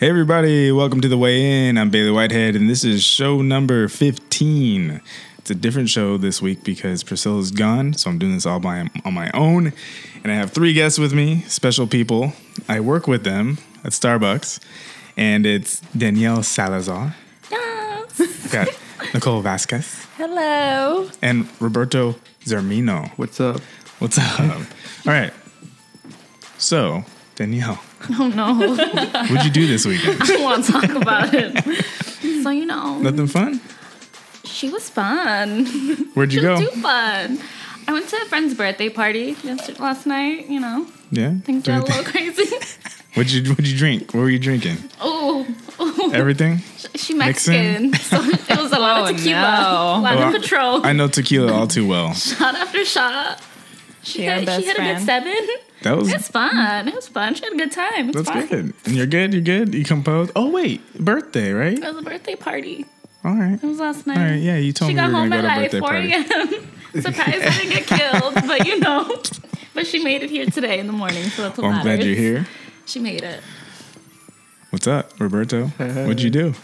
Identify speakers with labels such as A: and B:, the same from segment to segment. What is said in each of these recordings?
A: Hey everybody, welcome to The Way In. I'm Bailey Whitehead and this is show number 15. It's a different show this week because Priscilla's gone, so I'm doing this all by on my own. And I have three guests with me, special people. I work with them at Starbucks, and it's Danielle Salazar,
B: Yes.
A: got Nicole Vasquez,
B: Hello.
A: and Roberto Zermino.
C: What's up?
A: What's up? all right. So, Danielle,
B: Oh no.
A: what'd you do this weekend?
B: I don't want to talk about it. so you know,
A: Nothing fun?
B: she was fun.
A: Where'd you
B: She
A: go?
B: was too fun. I went to a friend's birthday party yesterday, last night. You know,
A: Yeah.
B: things
A: Do
B: got a
A: anything?
B: little crazy.
A: What'd you What'd you drink? What were you drinking?
B: Oh,
A: Everything.
B: she Mexican. So it was a lot of tequila.
D: no.
B: A lot
A: Well,
B: of patrol.
A: I know tequila all too well.
B: shot after shot. She,
D: our
B: hit,
D: best
B: she hit a good
D: friend.
B: seven.
A: That was
B: It's fun. It was fun. She had a good time. It's
A: that's
B: fun.
A: good. And you're good. You're good. You composed. Oh wait, birthday, right?
B: It was a birthday party.
A: All right.
B: It was last night.
A: All right. Yeah, you told
B: Mm. She
A: me
B: got
A: you were
B: home
A: gonna
B: at
A: go to a
B: like
A: birthday
B: 4
A: party.
B: a.m. Surprised I didn't get killed, but you know. But she made it here today in the morning, so that's what
A: Well, Oh, I'm
B: matters.
A: glad you're here.
B: She made it.
A: What's up, Roberto? What'd you do?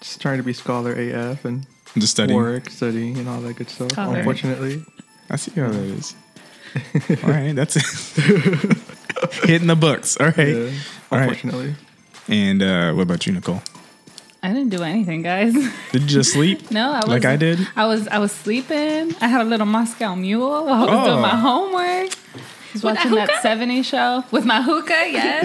C: Just trying to be scholar AF and
A: Just studying.
C: work, studying, and all that good stuff.
D: Scholar.
C: Unfortunately,
A: I see how that is. all right, that's it. Hitting the books. All right.
C: yeah,
A: All right.
C: unfortunately,
A: And uh, what about you, Nicole?
D: I didn't do anything, guys.
A: Did you just sleep?
D: No, I was
A: Like I did?
D: I was I was sleeping. I had a little Moscow Mule. I was
A: Oh.
D: doing my homework. I was
B: With a
D: watching that
B: hookah?
D: 70 show with my hookah. Yes,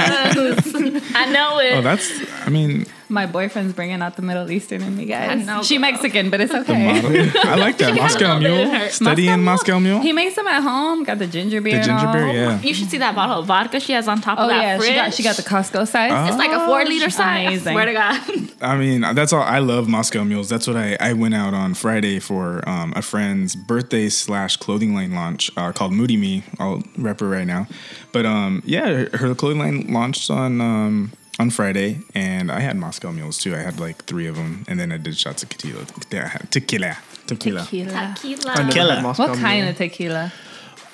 B: I know it.
A: Oh, that's. I mean,
D: my boyfriend's bringing out the Middle Eastern in me, guys.
B: know,
D: she
B: girl.
D: Mexican, but it's
A: the
D: okay.
A: model. I like that
B: had a
A: Moscow
B: little bit in
A: Mule.
B: her.
A: Studying Moscow Mule.
D: He makes them at home. Got the ginger beer.
A: The
D: and
A: ginger
D: all.
A: beer, yeah.
B: you should see that bottle of vodka she has on top
D: Oh
B: of that
D: yeah,
B: fridge.
D: she got she got the Costco size. Oh,
B: It's like a four liter
D: she's
B: size.
D: amazing.
B: Swear to God.
A: I mean, that's all. I love Moscow Mules. That's what I, I went out on Friday for um, a friend's birthday slash clothing line launch uh, called Moody Me. I'll rep her right now. But um, yeah, her, her clothing line launched on um, on Friday, and I had Moscow Mules too. I had like three of them, and then I did shots of tequila. Tequila. Tequila.
D: Tequila.
C: I
B: Tequila.
C: never
A: Killer.
C: had Moscow
D: What kind
C: Mule.
D: of tequila?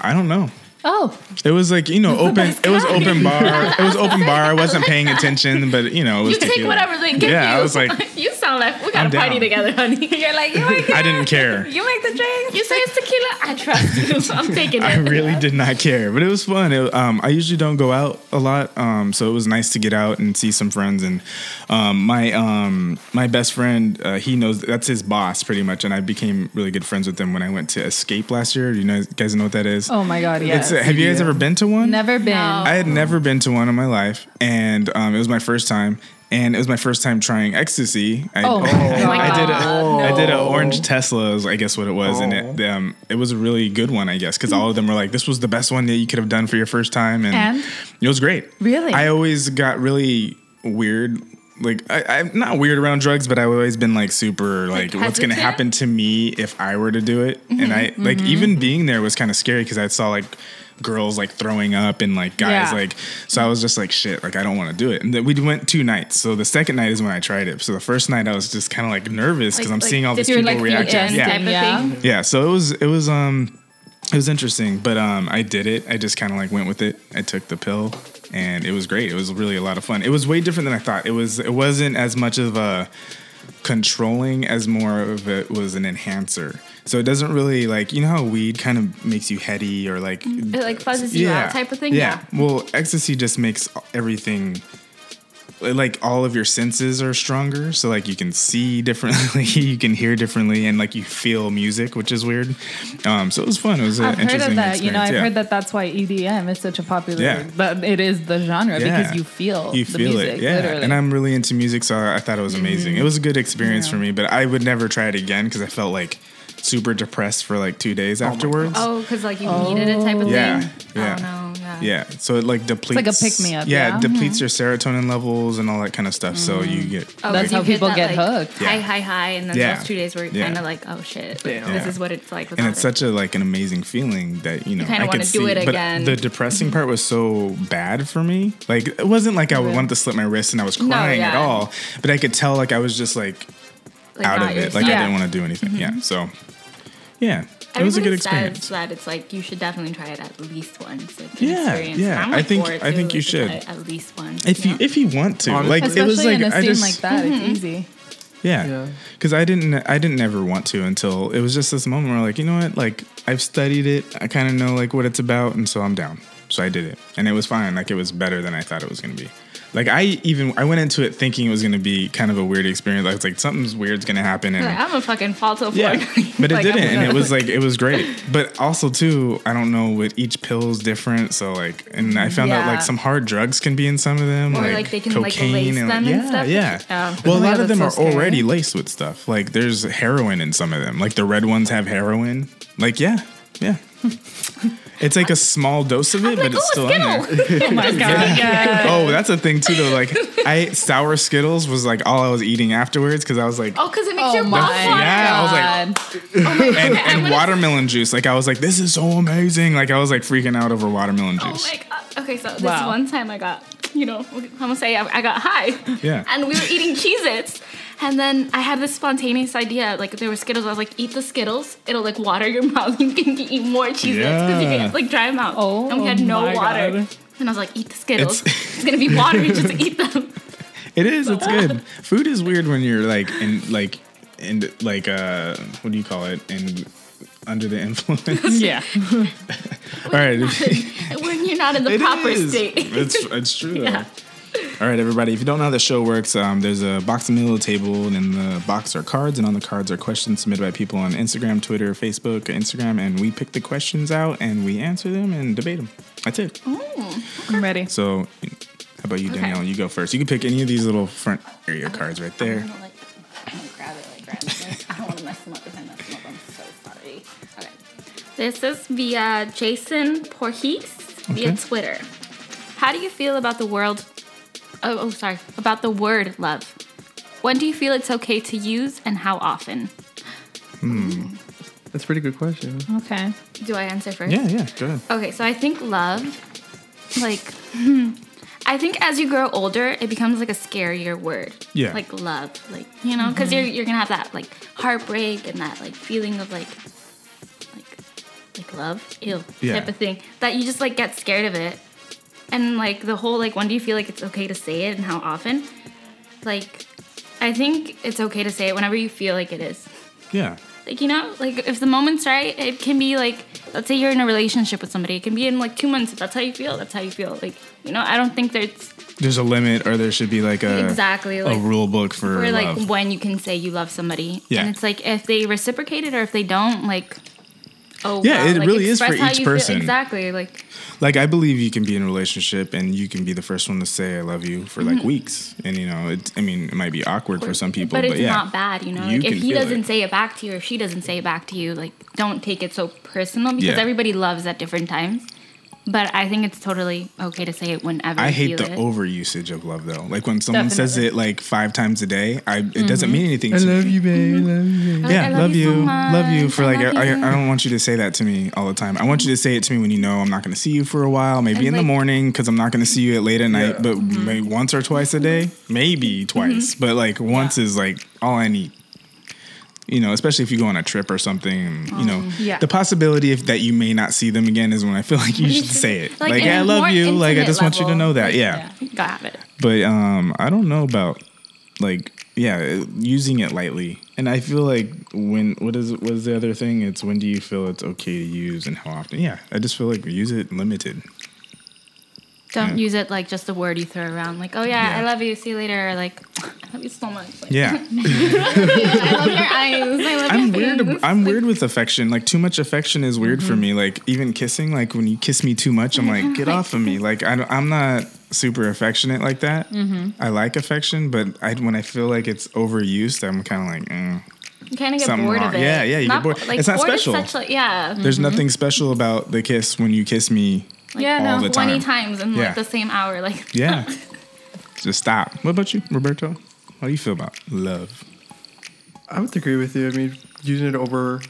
A: I don't know.
D: Oh,
A: It was like you know, open. It was open bar. It was open bar. I wasn't paying attention, but you know, it was
B: You take
A: tequila.
B: whatever they give
A: Yeah,
B: you.
A: I was like,
B: you sound like we got
A: I'm
B: to party
A: down.
B: together, honey. You're like, you make,
A: I didn't care.
B: you make the drink. You say it's tequila. I trust you. I'm taking it.
A: I really did not care, but it was fun. It, um, I usually don't go out a lot, um, so it was nice to get out and see some friends. And um, my um, my best friend, uh, he knows that's his boss pretty much, and I became really good friends with him when I went to Escape last year. Do you know, guys know what that is?
D: oh my God, yes.
A: It's a- have you guys
C: Yeah.
A: ever been to one?
D: Never been.
B: No.
A: I had never been to one in my life, and um, it was my first time. And it was my first time trying ecstasy. I,
D: Oh my
A: I- I
B: God.
A: did a,
B: Oh.
A: I did an orange Tesla, is I guess what it was, and it
C: Oh.
A: um, it was a really good one, I guess, because all of them were like, "This was the best one that you could have done for your first time," and,
D: And?
A: it was great.
D: Really?
A: I always got really weird. Like I, I'm not weird around drugs, but I've always been like super like, what's gonna
B: hesitant?
A: happen to me if I were to do it? And I
B: Mm-hmm.
A: like even being there was kind of scary because I saw like girls like throwing up and like guys
D: Yeah.
A: like so I was just like shit like I don't want to do it. And then we went two nights. So the second night is when I tried it. So the first night I was just kind of like nervous because
B: Like-
A: I'm
B: like
A: seeing all these
B: you're,
A: people
B: like, feeling
A: reacting.
B: insecure.
A: Yeah.
B: type of thing.
A: Yeah, so it was it was um it was interesting, but um I did it. I just kind of like went with it. I took the pill and it was great. It was really a lot of fun. It was way different than I thought. It was it wasn't as much of a controlling as more of it was an enhancer. So it doesn't really like you know how weed kind of makes you heady or like
B: It like fuzzes you out type of thing.
A: yeah. Well, ecstasy just makes everything like all of your senses are stronger. So like you can see differently, you can hear differently, and like you feel music, which is weird. Um, so it was fun. It was an
D: I've heard
A: interesting
D: of that. You know,
A: experience.
D: I've
A: yeah.
D: heard that that's why EDM is such a popular.
A: Yeah.
D: But it is the genre
A: Yeah.
D: because you feel
A: You
D: the
A: feel
D: music,
A: it, yeah.
D: literally. Mm-hmm.
A: And I'm really into music, so I thought it was amazing. It was a good experience
D: Yeah.
A: for me, but I would never try it again because I felt like super depressed for like two days afterwards.
B: Oh, because like you needed it type of
A: Yeah,
B: thing.
A: yeah.
B: Oh no. Yeah.
A: Yeah, so it like depletes.
D: like a pick-me-up,
A: it
D: yeah.
A: depletes your serotonin levels and all that kind of stuff. So you get
B: Oh,
D: That's
B: you
D: how people
B: that,
D: get
B: like,
D: hooked.
B: High,
A: Yeah.
B: high, high, and then
A: Yeah.
B: those two days where you're
A: Yeah.
B: kind of like, oh shit,
C: Damn.
B: this
A: Yeah.
B: is what it's like.
A: and it's such a like an amazing feeling that you know
B: kinda
A: I
B: wanna
A: could
B: do
A: see.
B: it
A: but
B: again.
A: the depressing part was so bad for me. Like it wasn't like I
D: Really?
A: wanted to slip my wrist and I was crying at
B: yeah.
A: all, but I could tell like I was just like
B: like,
A: out
B: not
A: of it.
B: yourself.
A: Like I
D: Yeah.
A: didn't want to do anything. Yeah. So yeah, It was a good
B: Everybody says
A: experience.
B: That it's like you should definitely try it at least once. It's an
A: Yeah,
B: experience.
A: yeah.
B: I'm
A: I
B: like
A: think-
B: for it,
A: I
B: too,
A: think you
B: like, to try
A: should.
B: it at least once.
A: If you
B: know?
A: if you want to,
C: Honestly.
A: like
D: Especially
A: it was like
D: in a
A: I
D: scene
A: just
D: like that, it's easy.
A: yeah,
C: Yeah.
A: because I didn't I didn't ever want to until it was just this moment where like you know what like I've studied it I kind of know like what it's about and so I'm down so I did it and it was fine like it was better than I thought it was gonna be. Like I even I went into it thinking it was gonna be kind of a weird experience. I was like something's weird's gonna happen and
B: Like, I'm a fucking falto for
A: Yeah, but it
B: Like, I'm
A: didn't, and
B: gonna-
A: it was like it was great. But also too, I don't know what each pill is different. So like, and I found out
D: Yeah.
A: like some hard drugs can be in some of them,
B: Or,
A: like,
B: like, they can, like,
A: cocaine
B: lace
A: and,
B: them
A: yeah,
B: and stuff.
A: yeah.
B: Oh.
A: Well,
D: Oh
A: a
D: my
A: lot
D: God,
A: of them are
D: that's so scary.
A: already laced with stuff. Like there's heroin in some of them. Like the red ones have heroin. Like yeah, yeah. it's like a small dose of it,
B: like,
A: but it's
B: "Ooh,
A: still in there.
B: Skittles."
D: Oh my god. yeah.
A: Oh, that's a thing too. Though, like I sour Skittles was like all I was eating afterwards because I was like,
B: Oh, because it makes
D: Oh
B: your
D: my
B: mouth water.
A: Yeah, I was like,
D: god.
A: and,
B: I
A: and
B: would've-
A: watermelon juice. Like I was like, this is so amazing. Like I was like freaking out over watermelon
B: Oh
A: juice.
B: my god. Okay, so this
D: Wow.
B: one time I got, you know, I'm gonna say I, I got high.
A: Yeah.
B: And we were eating Cheez Its. And then I had this spontaneous idea. Like, there were Skittles. I was like, eat the Skittles. It'll, like, water your mouth. You can eat more Cheez Its because you
A: Yeah.
B: can, like, dry them out.
D: Oh
B: and we had no
D: my
B: water.
D: God.
B: And I was like, eat the Skittles.
A: It's-
B: It's, gonna be watery. Just eat them.
A: it is. It's good. Food is weird when you're like in like in like uh what do you call it in under the influence.
D: Yeah.
A: All right.
B: when you're not in the
A: It
B: proper
A: is.
B: state.
A: It's it's true though.
B: Yeah.
A: All right, everybody. If you don't know how the show works, um, there's a box and middle table, and in the box are cards, and on the cards are questions submitted by people on Instagram, Twitter, Facebook, Instagram, and we pick the questions out and we answer them and debate them. That's it.
D: I'm ready.
A: So, how about you, Danielle? You go first. You can pick any of these little front area cards right
B: I'm
A: there.
B: gonna, like, I'm gonna grab it, like, grab it. Like, I don't want to mess them up if I mess them up. I'm so sorry. Okay. This is via Jason Porhees via
A: Okay.
B: Twitter. How do you feel about the world? Oh, oh, sorry. About the word love. When do you feel it's okay to use, and how often?
C: That's a pretty good question.
D: Okay.
B: Do I answer first?
A: Yeah, yeah. Go ahead.
B: Okay, so I think love, like, I think as you grow older, it becomes like a scarier word.
A: Yeah. Mm-hmm.
B: Like love, like you know, because you're you're gonna have that like heartbreak and that like feeling of like, like, like love, ew,
A: Yeah.
B: type of thing that you just like get scared of it, and like the whole like when do you feel like it's okay to say it and how often, like, I think it's okay to say it whenever you feel like it is
A: Yeah.
B: like you know like if the moment's right it can be like let's say you're in a relationship with somebody it can be in like two months if that's how you feel that's how you feel like you know i don't think there's
A: There's a limit, or there should be like a
B: Exactly,
A: a
B: like-
A: rule book for,
B: or like
A: love.
B: when you can say you love somebody
A: Yeah.
B: and it's like if they reciprocate it or if they don't like oh
A: Yeah,
B: wow,
A: it
B: like,
A: really is for
B: express how
A: each
B: you feel-
A: person.
B: exactly like
A: like I believe you can be in a relationship and you can be the first one to say I love you for
B: Mm-hmm.
A: like weeks, and you know, it, I mean, it might be awkward for some people,
B: but
A: but,
B: it's
A: yeah,
B: not bad you know
A: You
B: like
A: can
B: if he
A: feel
B: doesn't
A: it.
B: say it back to you or she doesn't say it back to you like don't take it so personal because
A: Yeah.
B: everybody loves at different times but i think it's totally okay to say it whenever
A: I
B: you
A: hate
B: feel
A: the
B: it.
A: overusage of love though. Like when someone says it like five times a day, I it
B: Mm-hmm.
A: doesn't mean anything
C: I
A: to
C: love
A: me.
C: you, babe. I love you, babe.
B: Like,
A: yeah,
B: I
A: love, you,
B: you so
A: love you
B: much.
A: for like. I,
B: love
A: I,
B: you.
A: I don't want you to say that to me all the time. I want you to say it to me when you know I'm not going to see you for a while, maybe in
B: And,
A: the
B: like- Mm-hmm.
A: morning because I'm not going to see you at late at night, but maybe once or twice a day, maybe twice, but like once is like all I need. You know, especially if you go on a trip or something, and, you know,
B: Oh,
D: Yeah.
A: the possibility if that you may not see them again is when I feel like you should say it.
B: Like,
A: Like,
B: in
A: "Hey, I
B: a
A: love
B: more
A: you. Like, I
B: intimate
A: just want you to
B: level.
A: know that. yeah.
D: yeah.
B: Got it.
A: But um, I don't know about like yeah, using it lightly. And I feel like when what is what is the other thing? It's when do you feel it's okay to use and how often? Yeah, I just feel like use it limited.
B: Don't use it like just a word you throw around, like, oh yeah,
A: Yeah.
B: I love you, see you later, or like, I love you so much. Like,
A: Yeah,
B: I love your eyes. I love
A: I'm
B: your
A: weird.
B: things.
A: I'm weird with affection. Like too much affection is weird for me. Like even kissing. Like when you kiss me too much, I'm like get off of me. Like I don't, I'm not super affectionate like that. I like affection, but I when I feel like it's overused, I'm kind of like. Mm.
B: You kind of get
A: something
B: bored
A: wrong.
B: of it.
A: Yeah, yeah, you get bored. It's not
B: bored is
A: special.
B: such, like, yeah,
A: There's nothing special about the kiss when you kiss me.
D: yeah,
A: all
D: no.
A: the
B: twenty
A: time.
B: times in
A: Yeah.
B: like the same hour. Like,
A: Yeah. Just stop. What about you, Roberto? How do you feel about love?
C: I would agree with you. I mean, using it over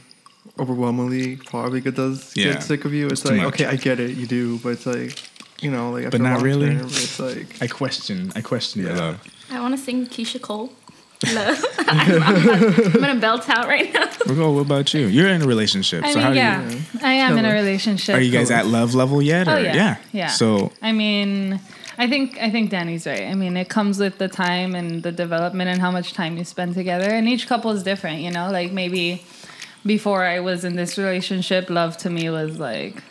C: overwhelmingly probably it does
A: Yeah.
C: get sick of you. It's,
A: too
C: like,
A: much.
C: okay, I get it, you do, but it's like, you know, like after
A: not
C: a long
A: really.
C: Term, it's like
A: I question. I question your
C: Yeah.
A: love.
B: I want to sing Keisha Cole. love. I'm, I'm about- I'm gonna belt out right now.
A: Well, what about you? You're in a relationship.
D: I
A: so how
D: mean,
A: do
D: yeah, I am in a
C: Totally.
D: relationship.
A: you, are you guys at love level yet?
D: Oh
A: or-
D: yeah.
A: yeah.
D: yeah.
A: So
D: I mean, I think I think Danny's right. I mean, it comes with the time and the development and how much time you spend together. And each couple is different, you know. Like maybe before I was in this relationship, love to me was like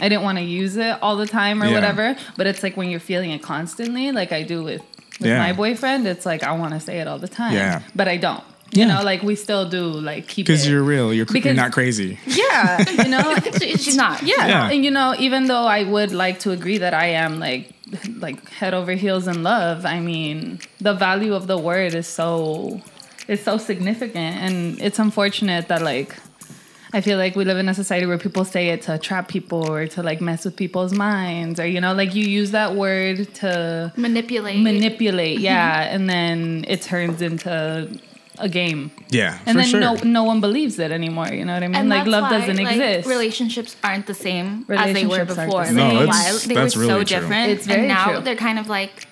D: I didn't want to use it all the time or
A: Yeah.
D: whatever. But it's like when you're feeling it constantly, like I do with with
A: Yeah.
D: my boyfriend. It's like I want to say it all the time,
A: Yeah.
D: but I don't. You
A: Yeah.
D: know, like we still do like keep
A: because
D: it-
A: you're real, you're, cr- you're
D: Because-
A: not crazy.
D: yeah, you know,
B: She- she's not.
D: yeah.
A: Yeah.
D: And you know, even though I would like to agree that I am like like head over heels in love, I mean, the value of the word is so it's so significant and it's unfortunate that like I feel like we live in a society where people say it to trap people or to like mess with people's minds or you know, like you use that word to
B: Manipulate.
D: manipulate,
A: Mm-hmm.
D: yeah, and then it turns into a game.
A: Yeah.
D: And
A: for
D: then
A: sure.
D: no no one believes it anymore, you know what I mean?
B: and
D: like
B: that's
D: love
B: why,
D: doesn't
B: like,
D: exist.
B: Relationships aren't the same as they were
D: Relationships aren't the
B: before.
D: same.
A: No,
B: Like,
A: that's-
B: while they
A: that's
B: were
A: really
B: so
A: true.
B: different.
D: It's very
B: and now
D: true.
B: they're kind of like,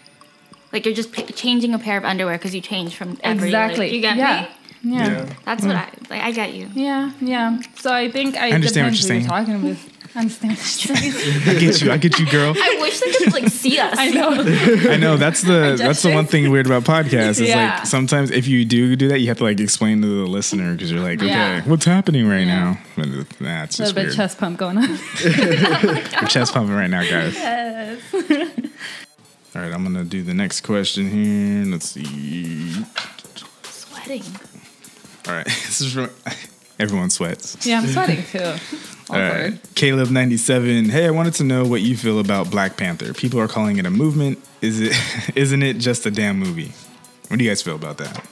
B: like you're just p- changing a pair of underwear because you change from every. like-
D: Exactly.
B: you get
D: yeah. Hmm.
B: me?
D: Yeah.
A: Yeah.
D: yeah.
B: That's what I like. I get you.
D: Yeah. So I think I,
A: understand what
D: depends
A: you're
D: who talking with. I understand what you're saying.
A: I get you. I get you, girl.
B: I wish they could like see us.
D: I know.
A: I know that's the that's the one
D: gestures.
A: thing weird about podcasts is
D: Yeah.
A: like sometimes if you do do that, you have to like explain to the listener because you're like, okay,
D: Yeah.
A: what's happening right
D: Yeah.
A: now? And That's
D: A little
A: just
D: bit
A: weird.
D: chest pump going on.
A: I'm chest pumping right now, guys. All right, I'm gonna do the next question here. Let's see.
B: Sweating.
A: All right, this is from everyone sweats.
D: Yeah, I'm sweating too.
A: All
D: Awkward.
A: right. Caleb ninety seven. Hey, I wanted to know what you feel about Black Panther. People are calling it a movement. Is it? Isn't it just a damn movie? What do you guys feel about that?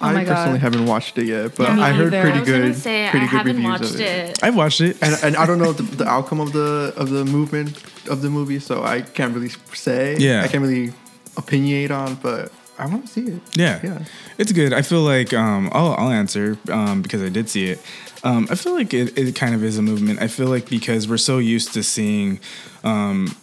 D: Oh my
C: I personally
D: God.
C: haven't watched it yet, but
D: Me
C: I heard
D: either.
B: I
C: pretty
B: was gonna
C: good,
B: say
C: pretty
B: I
C: good
B: haven't
C: reviews
B: watched
C: of it.
B: it.
A: I've watched it.
C: And, and I don't know the, the outcome of the of the movement of the movie, so I can't really say.
A: Yeah.
C: I can't really opinionate on, but I want to see it.
A: Yeah.
C: yeah.
A: It's good. I feel like um, I'll, I'll answer um, because I did see it. Um, I feel like it, it kind of is a movement. I feel like because we're so used to seeing um,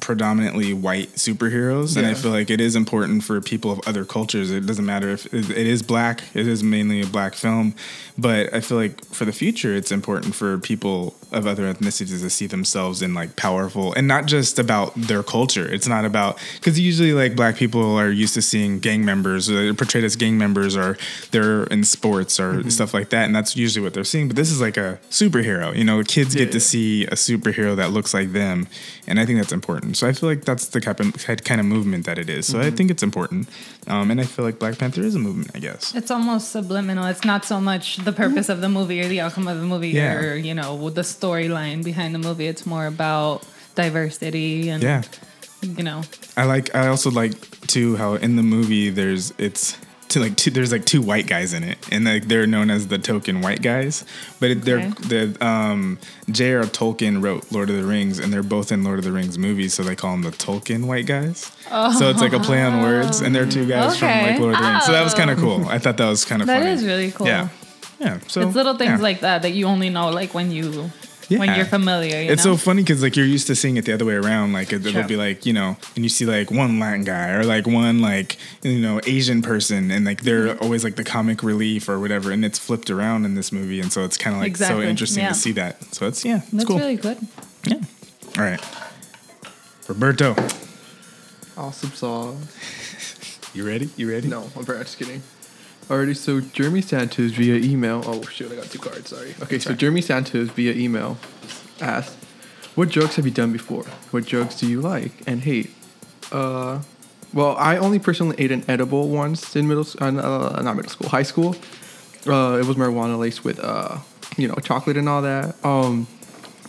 A: predominantly white superheroes, and I
C: Yeah.
A: feel like it is important for people of other cultures. It doesn't matter if it it is black, it is mainly a black film, but I feel like for the future, it's important for people of other ethnicities to see themselves in like powerful and not just about their culture. It's not about because usually like black people are used to seeing gang members, or they're portrayed as gang members, or they're in sports or
C: Mm-hmm.
A: stuff like that, and that's usually what they're seeing. But this is like a superhero, you know, kids get
C: Yeah,
A: to
C: yeah.
A: see see a superhero that looks like them, and I think that's important. So I feel like that's the kind of, kind of movement that it is. So I think it's important, um, and I feel like Black Panther is a movement, I guess.
D: It's almost subliminal. It's not so much the purpose of the movie or the outcome of the movie
A: Yeah.
D: or, you know, the storyline behind the movie. It's more about diversity and,
A: Yeah,
D: you know,
A: I like. I also like too how in the movie there's it's. To like two, there's like two white guys in it, and like they're known as the token white guys. But it, they're the um, J.R. Tolkien wrote Lord of the Rings, and they're both in Lord of the Rings movies, so they call them the Tolkien white guys. So it's like a play on words, and they're two guys from like
D: Okay.
A: Lord of the Rings. So that was kind of cool. I thought that was kind of
D: Oh. That
A: funny.
D: is really cool.
A: Yeah, yeah. So
D: it's little things
A: yeah.
D: like that that you only know like when you, when
A: Yeah.
D: you're familiar. You
A: It's
D: know?
A: so funny because like you're used to seeing it the other way around. Like it, it'll
D: Sure.
A: be like you know, and you see like one Latin guy or like one like you know Asian person, and like they're
D: Mm-hmm.
A: always like the comic relief or whatever, and it's flipped around in this movie, and so it's kind of like
D: Exactly,
A: so interesting
D: yeah.
A: to see that. So it's yeah, it's
D: That's
A: cool.
D: really good.
A: yeah. All right, Roberto,
C: Awesome song.
A: you ready? You ready?
C: No, I'm very- just kidding. Alrighty, so Jeremy Santos via email. Oh shoot, I got two cards. Sorry. Okay, so Jeremy Santos via email asked, "What jokes have you done before? What jokes do you like and hate?" Uh, well, I only personally ate an edible once in middle, s- uh, uh, not middle school, high school. Uh, it was marijuana laced with, uh, you know, chocolate and all that. Um,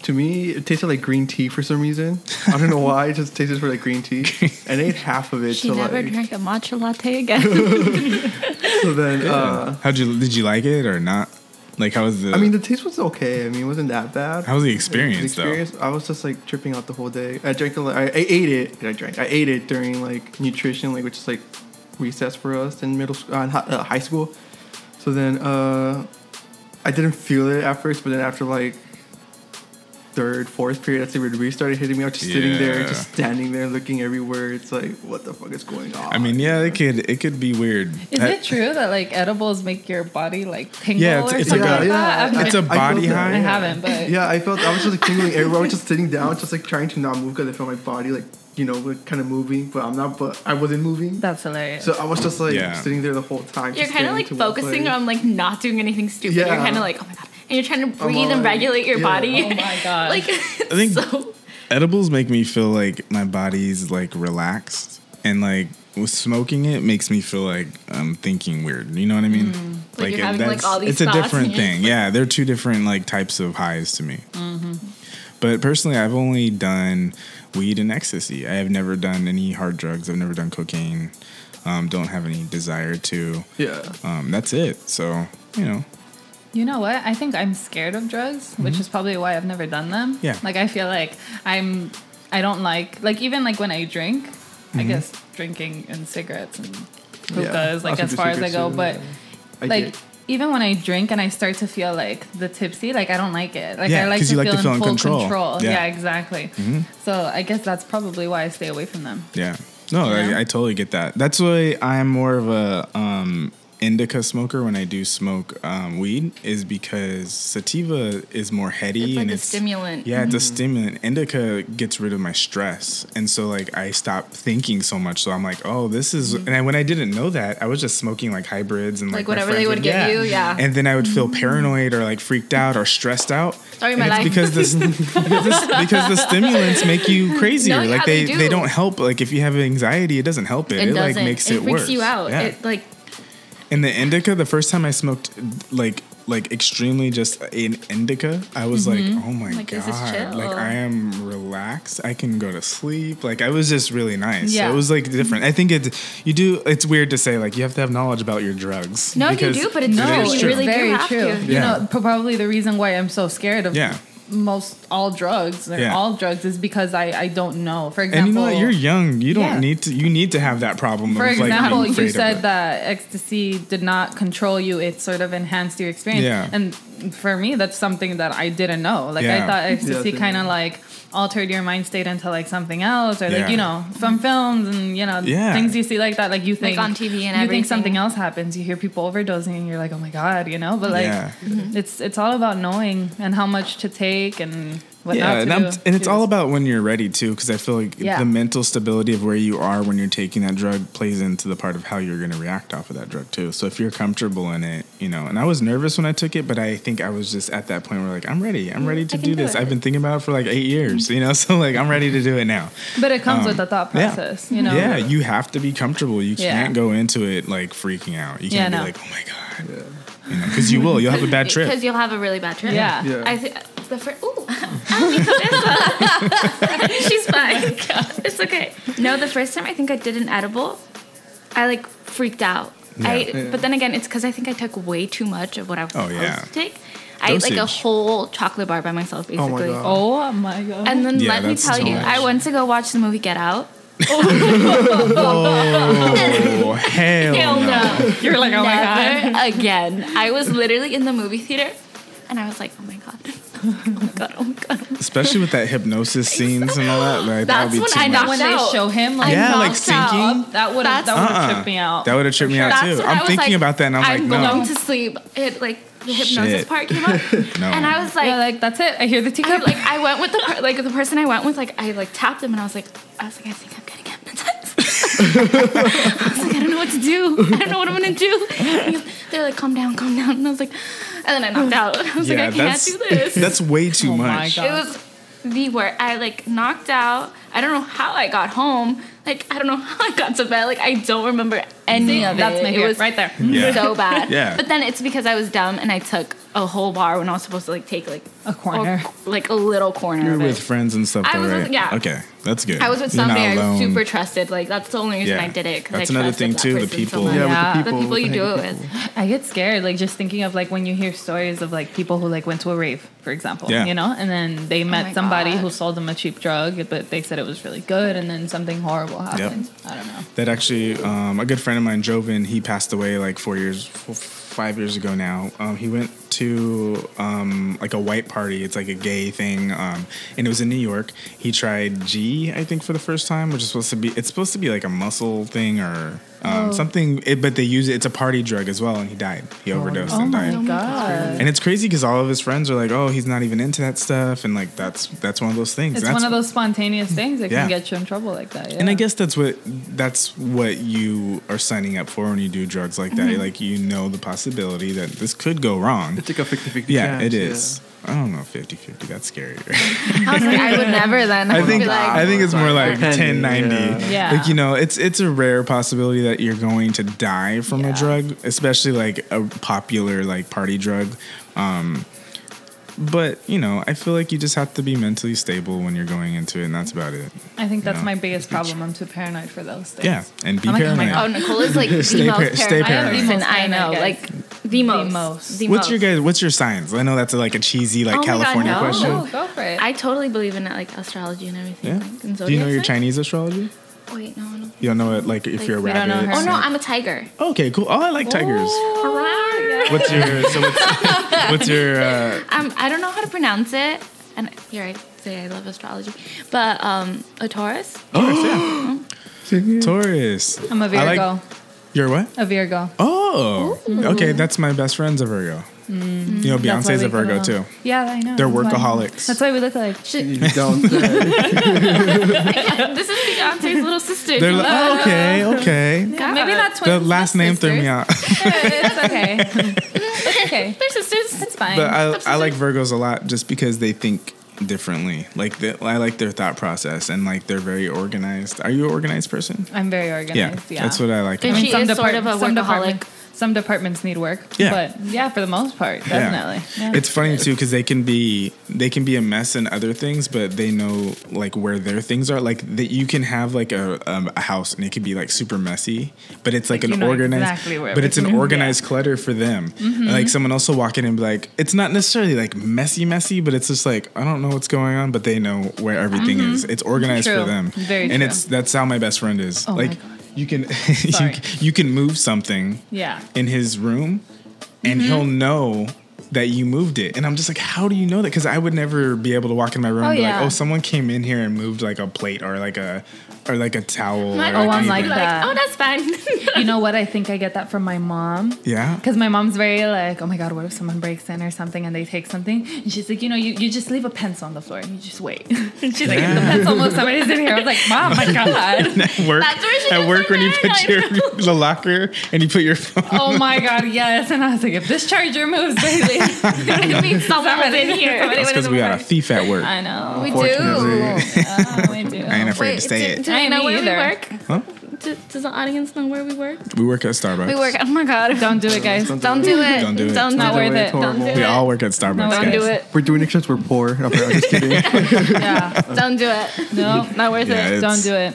C: to me, it tasted like green tea for some reason. I don't know why. It just tasted for like green tea, and I ate half of it.
B: She
C: to,
B: never
C: like,
B: drank a matcha latte again.
C: So then, uh,
A: How'd you did you like it or not? Like how was the?
C: I mean, the taste was okay. I mean, it wasn't that bad.
A: how was the
C: The
A: experience,
C: experience, I was just like tripping out the whole day. I drank a lot. I, I ate it. and I drank. I ate it during like nutrition, like which is like recess for us in middle school, uh, in hi- uh, high school. So then, uh, I didn't feel it at first, but then after like third, fourth period, that's when we started hitting me up, just sitting there,
A: Yeah.
C: just standing there, looking everywhere. It's like, what the fuck is going on?
A: I mean, yeah, it could it could be weird.
D: Is
A: That-
D: it true that like edibles make your body like tingle
A: Yeah, it's-
D: or
A: it's
D: something
A: like
D: like,
A: a-
D: that? I've
A: it's a
D: been-
C: I felt
A: body
C: that,
A: high?
D: I haven't, but
C: Yeah, I felt I was just like tingling everywhere. I was just sitting down, just like trying to not move because I felt my body like you know like, kind of moving, but I'm not. But I wasn't moving,
D: that's hilarious.
C: so I was just like
A: Yeah.
C: sitting there the whole time.
B: You're
C: just
B: kind of
C: staring
B: like
C: to one
B: focusing
C: place.
B: on like not doing anything stupid. You're
C: Yeah.
B: kind of like, oh my god, and you're trying to
C: all
B: breathe and
C: like-
B: regulate your
C: yeah.
B: body.
D: oh my god.
B: like, I
A: think-
B: think so.
A: Edibles make me feel like my body's like relaxed, and like with smoking it makes me feel like I'm thinking weird. You know what I mean?
B: Mm-hmm. Like you're having, like,
A: that's-
B: all these
A: it's a
B: thoughts and
A: different
B: you're just
A: thing. Yeah, they're two different like types of highs to me.
B: Mm-hmm.
A: But personally, I've only done weed and ecstasy. I have never done any hard drugs. I've never done cocaine. Um, don't have any desire to.
C: Yeah,
A: Um, that's it. So you know,
D: You know what? I think I'm scared of drugs, which is probably why I've never done them.
A: Mm-hmm. Yeah.
D: Like I feel like I'm I don't like like even like when I drink,
A: Mm-hmm.
D: I guess drinking and cigarettes and hookah
C: Yeah.
D: is like
C: Also
D: as
C: do
D: far as I
C: cigarettes
D: go,
C: too,
D: but
C: yeah. I
D: like
C: did.
D: even when I drink and I start to feel like the tipsy, like I don't like it. Like
A: Yeah,
D: I like
A: 'cause
D: to,
A: you like
D: feel
A: to feel in
D: in full
A: control.
D: control.
A: Yeah. Mm-hmm.
D: Yeah, exactly. So I guess that's probably why I stay away from them.
A: Yeah. No,
D: You know?
A: I, I totally get that. That's why I'm more of a um, indica smoker when I do smoke um, weed is because sativa is more heady
B: It's like
A: and
B: a
A: it's
B: stimulant. Mm-hmm.
A: Yeah, it's a stimulant. Indica gets rid of my stress, and so like I stop thinking so much. So I'm like, oh, this is. And I, when I didn't know that, I was just smoking like hybrids and like,
B: Mm-hmm. Like,
A: my
B: whatever they
A: friends
B: would give you, yeah. Mm-hmm.
A: And then I would feel paranoid or like freaked out or stressed out.
B: Sorry,
A: And
B: my
A: it's
B: life.
A: Because this, because this because the stimulants make you crazier.
B: No, yeah,
A: like
B: they
A: they
B: do.
A: they don't help. Like if you have anxiety, it doesn't help it. It,
B: It,
A: like
B: doesn't.
A: makes it,
B: it, freaks
A: worse.
B: you out.
A: Yeah.
B: It like
A: And the indica, the first time I smoked like like extremely just an indica, I was like, oh my
B: Mm-hmm. Like, this
A: god,
B: is chill.
A: like I am relaxed. I can go to sleep. Like I was just really nice.
D: Yeah.
A: So it was like different. I think it you do. It's weird to say like you have to have knowledge about your drugs.
B: no, you
A: because-
B: do, but it's
A: No,
B: true.
A: it's
B: You
A: true.
B: really
D: very
B: do have
D: true.
B: to.
D: You
A: Yeah.
D: know, probably the reason why I'm so scared of
A: Yeah.
D: most all drugs or
A: Yeah.
D: all drugs is because I, I don't know. For
A: And you
D: example,
A: know what? You're young. You don't
D: Yeah.
A: need to. You need to have that problem.
D: for
A: of, like, being
D: example,
A: afraid
D: you
A: of
D: said
A: it.
D: that ecstasy did not control you; it sort of enhanced your experience.
A: Yeah.
D: And for me, that's something that I didn't know. Like
A: Yeah.
D: I thought
C: Yeah,
D: ecstasy
C: same
D: kind of
C: here.
D: like altered your mind state into like something else, or
A: Yeah.
D: like you know from films and you know
A: Yeah.
D: things you see like that. Like you think
B: on TV and
D: you
B: everything.
D: think something else happens. You hear people overdosing, and you're like, oh my god, you know. But like
A: Yeah.
B: Mm-hmm.
D: it's it's all about knowing and how much to take and what
A: yeah,
D: not to
A: and,
D: do.
A: I'm, and it's
D: Cheers.
A: all about when you're ready too, because I feel like
D: Yeah.
A: the mental stability of where you are when you're taking that drug plays into the part of how you're going to react off of that drug too. So if you're comfortable in it, you know. And I was nervous when I took it, but I think I was just at that point where like I'm ready, I'm ready to
D: Mm, can
A: do
D: do
A: this.
D: it. Mm-hmm.
A: I've been thinking about it for like eight years, you know. So like I'm ready to do it now.
D: But it comes
A: Um,
D: with a thought
A: yeah.
D: process, you know.
A: Yeah, you have to be comfortable. You
D: Yeah.
A: can't go into it like freaking out. You
D: Yeah,
A: can't
D: no.
A: be like, oh my god, because you will. You'll have a bad trip.
B: Because you'll have a really bad trip.
D: Yeah.
C: Yeah.
B: I think the first. Ooh, Allie, she's
A: Oh
B: fine. it's okay. No, the first time I think I did an edible, I like freaked out. I,
A: Yeah.
B: But then again, it's because I think I took way too much of what I was
A: Oh,
B: supposed
A: yeah.
B: to take. I ate like a
A: Dosage.
B: whole chocolate bar by myself,
C: my
B: basically.
C: God.
D: Oh my god.
B: And then
A: Yeah,
B: let me
A: that's
B: tell
A: too
B: you,
A: much.
B: I went to go watch the movie Get Out.
A: oh hell, no.
D: You're like, oh
B: Never again. I was literally in the movie theater, and I was like, oh my god, oh my god, oh my god.
A: Especially with that hypnosis scenes and all that. Like, that would
B: That's
A: be
B: when
A: too
B: I
A: much.
B: knocked
D: When they
B: out.
D: show him, like,
A: Yeah, like
B: knocked out.
A: sinking.
D: that would have
B: That's-
D: that would have
A: Uh-uh.
D: tripped me out.
A: That would have tripped me out
B: That's
A: too.
B: when I
A: I'm
B: was
A: thinking
B: like,
A: about that and I'm,
B: I'm
A: like,
B: going
A: no,
B: to sleep. It like the hypnosis
A: Shit.
B: part came up,
A: no.
B: and I was like,
D: You're like, that's it. I hear the
B: I,
D: teacup.
B: like I went with the per- like the person I went with. Like I like tapped him, and I was like, I was like, I think I'm getting hypnotized. I was like, I don't know what to do. I don't know what I'm gonna do. And he- They're like, calm down, calm down. And I was like, and then I knocked out. I was like, I can't
A: that's
B: do this.
A: that's way too
D: Oh my
A: much.
D: God.
B: It was the worst. I like knocked out. I don't know how I got home. Like I don't know how I got to bed. Like I don't remember any of it.
D: that's my
B: it
D: fear,
B: was
D: right there.
A: Yeah.
B: so bad.
A: Yeah.
B: But then it's because I was dumb and I took a whole bar when I was supposed to like take like
D: A corner.
B: a- like a little corner.
A: You're
B: of
A: with
B: it.
A: friends and stuff,
B: I
A: though,
B: was with-
A: right?
B: yeah.
A: Okay, that's good.
B: I was with
A: You're not
B: somebody I was
A: alone.
B: super trusted. Like that's the only reason
A: Yeah.
B: I did it. 'cause
A: That's
B: I
A: another
B: trusted
A: thing, too, the
B: that person so
A: people.
B: much.
C: yeah,
D: Yeah.
C: with
B: The
C: the
B: people
C: people, with
B: you
C: the
B: do it
C: people.
B: with.
D: I get scared, like just thinking of like when you hear stories of like people who like went to a rave, for example,
A: Yeah.
D: you know, and then they
B: Oh my
D: met somebody
B: God.
D: who sold them a cheap drug, but they said it was really good, and then something horrible happened. I don't know.
A: That actually, um, a good friend of mine, Joven, he passed away like four years, f- five years ago now. Um, he went to um, like a white party. It's like a gay thing, um, and it was in New York. He tried G, I think, for the first time, which is supposed to be. It's supposed to be like a muscle thing or um,
D: Oh.
A: something. It, but they use it. It's a party drug as well, and he died. He overdosed
D: Oh
A: and died.
D: my god.
A: And it's crazy because all of his friends are like, "Oh, he's not even into that stuff," and like that's that's one of those things.
D: It's
A: And that's-
D: one of those spontaneous things that can
A: Yeah.
D: get you in trouble like that. Yeah.
A: and I guess that's what that's what you are signing up for when you do drugs like that. Like you know the possibility that this Mm-hmm. could go wrong.
C: It's like a 50-50
A: Yeah,
C: chance,
A: it is. I don't know, 50 50. That's scarier.
B: I was like, I would never then.
A: I
B: would
A: think
B: be like,
A: I think it's more like
C: Depending,
A: 1090.
D: yeah. Yeah.
A: Like you know, it's it's a rare possibility that you're going to die from a
D: Yeah.
A: drug, especially like a popular like party drug. Um but, you know, I feel like you just have to be mentally stable when you're going into it and that's about it.
D: I think that's
A: No.
D: my biggest problem. I'm too paranoid for those things.
A: Yeah, and be
D: I'm like, oh my
A: paranoid.
B: oh, Nicola's like the
A: Stay
B: most
A: par-
B: paranoid
A: stay paranoid.
B: person
D: I
B: I
D: am the most
B: know.
D: paranoid,
B: Like the most.
D: most.
B: the
A: what's your
B: most.
A: guys what's your signs? I know that's like a cheesy like
B: Oh my God,
A: California
B: no.
A: question.
D: No, go for it.
B: I totally believe in it, like astrology and everything.
A: Yeah.
B: Like, and
A: Do you know
B: zodiac
A: your
B: sign.
A: Chinese astrology?
B: Wait, no, I don't.
A: You don't know it like if
B: Like,
A: you're a
B: we
D: don't
A: rabbit.
D: know her.
B: Oh no,
A: snake-
B: I'm a tiger.
A: okay, cool. Oh, I like tigers.
B: Oh,
A: What's your so what's, what's your uh
B: Um, I don't know how to pronounce it, and you're right. Say I love astrology, but um, a Taurus.
A: Taurus.
D: I'm a
A: I like-
D: Virgo.
A: You're what?
D: a Virgo.
A: Oh, okay. That's my best friend's a Virgo. You know,
D: Mm. That's why
A: Beyonce's
D: we
A: a
D: get
A: Virgo
D: along.
A: too.
D: Yeah, I know.
A: They're
D: That's why-
A: workaholics.
D: That's why we look like.
B: Should,
C: You don't say.
B: this is Beyonce's little sister.
A: They're like, oh, okay, okay.
B: God.
D: Maybe not twins.
A: The last
D: but
A: name threw me
D: sisters.
A: out,
D: it's okay. It's okay.
B: They're sisters.
D: It's fine.
A: but I,
B: Stepsisters.
A: I like Virgos a lot just because they think differently. Like the, I like their thought process and like they're very organized. Are you an organized person?
D: I'm very
A: Yeah,
D: organized. Yeah,
A: that's what I like.
B: And
A: about
B: she
A: it.
B: is sort of
D: depart-
B: a
D: some
B: workaholic.
D: department- some departments need work.
A: Yeah.
D: But yeah, for the most part,
A: Yeah.
D: definitely. Yeah.
A: It's funny too because they can be they can be a mess in other things, but they know like where their things are. Like that you can have like a, um, a house and it could be like super messy, but it's like,
D: Like, you
A: an
D: know
A: organized,
D: exactly where
A: but it's an
D: everything is.
A: organized clutter for them.
D: Mm-hmm.
A: And, Like someone else will walk in and be like, it's not necessarily like messy, messy, but it's just like I don't know what's going on, but they know where everything is. It's organized for
D: Mm-hmm. True.
A: them,
D: Very
A: and
D: true.
A: it's that's how my best friend is.
D: Oh my
A: like
D: God.
A: you can you,
D: Sorry.
A: c- you can move something
D: Yeah.
A: in his room and he'll know that you moved it. And I'm just like, how do you know that? Because I would never be able to walk in my room
D: Oh,
A: and be
D: yeah.
A: like, oh, someone came in here and moved like a plate or like a or like a towel.
B: My
A: or,
D: Oh,
B: parents
D: I'm like
B: be
A: anything."
D: that.
B: Oh, that's fine.
D: You know what? I think I get that from my mom.
A: Yeah.
D: Because my mom's very like, oh my god, what if someone breaks in or something and they take something? And she's like, you know, you, you just leave a pencil on the floor and you just wait. And she's like, if the pencil moves, somebody's in here. I was like, mom, my god.
A: At work,
B: That's where she
A: at
B: gets
A: work
B: her
A: when you
B: nerd,
A: put
B: I
A: your the locker and you put your phone.
D: Oh my god, yes. And I was like, if this charger moves, baby,
B: it means someone's in here.
D: somebody
A: That's because
D: went
A: we
D: in the
A: got a
D: back.
A: thief at work. I,
D: I know.
B: We do.
C: Unfortunately.
D: Oh, we do.
A: ain't afraid
B: Wait,
A: to say
B: do,
A: it.
B: do they
D: I
B: know
D: am
B: where
D: either.
B: we work?
A: Huh?
B: Do, does the audience know where we work?
A: We work at Starbucks.
B: We work. Oh my god!
D: Don't do it, guys.
C: Don't
B: Don't do it.
A: Don't do it.
B: Don't
D: Not
B: do
D: worth
B: it.
D: it.
B: Don't do it.
C: Horrible.
A: We all work at Starbucks.
D: No,
B: Don't
A: guys.
B: do it.
C: We're doing it because we're poor. I'm just kidding.
D: Yeah.
B: Don't do it.
D: No.
B: Not worth
A: Yeah,
B: it.
A: it's-
D: Don't do it.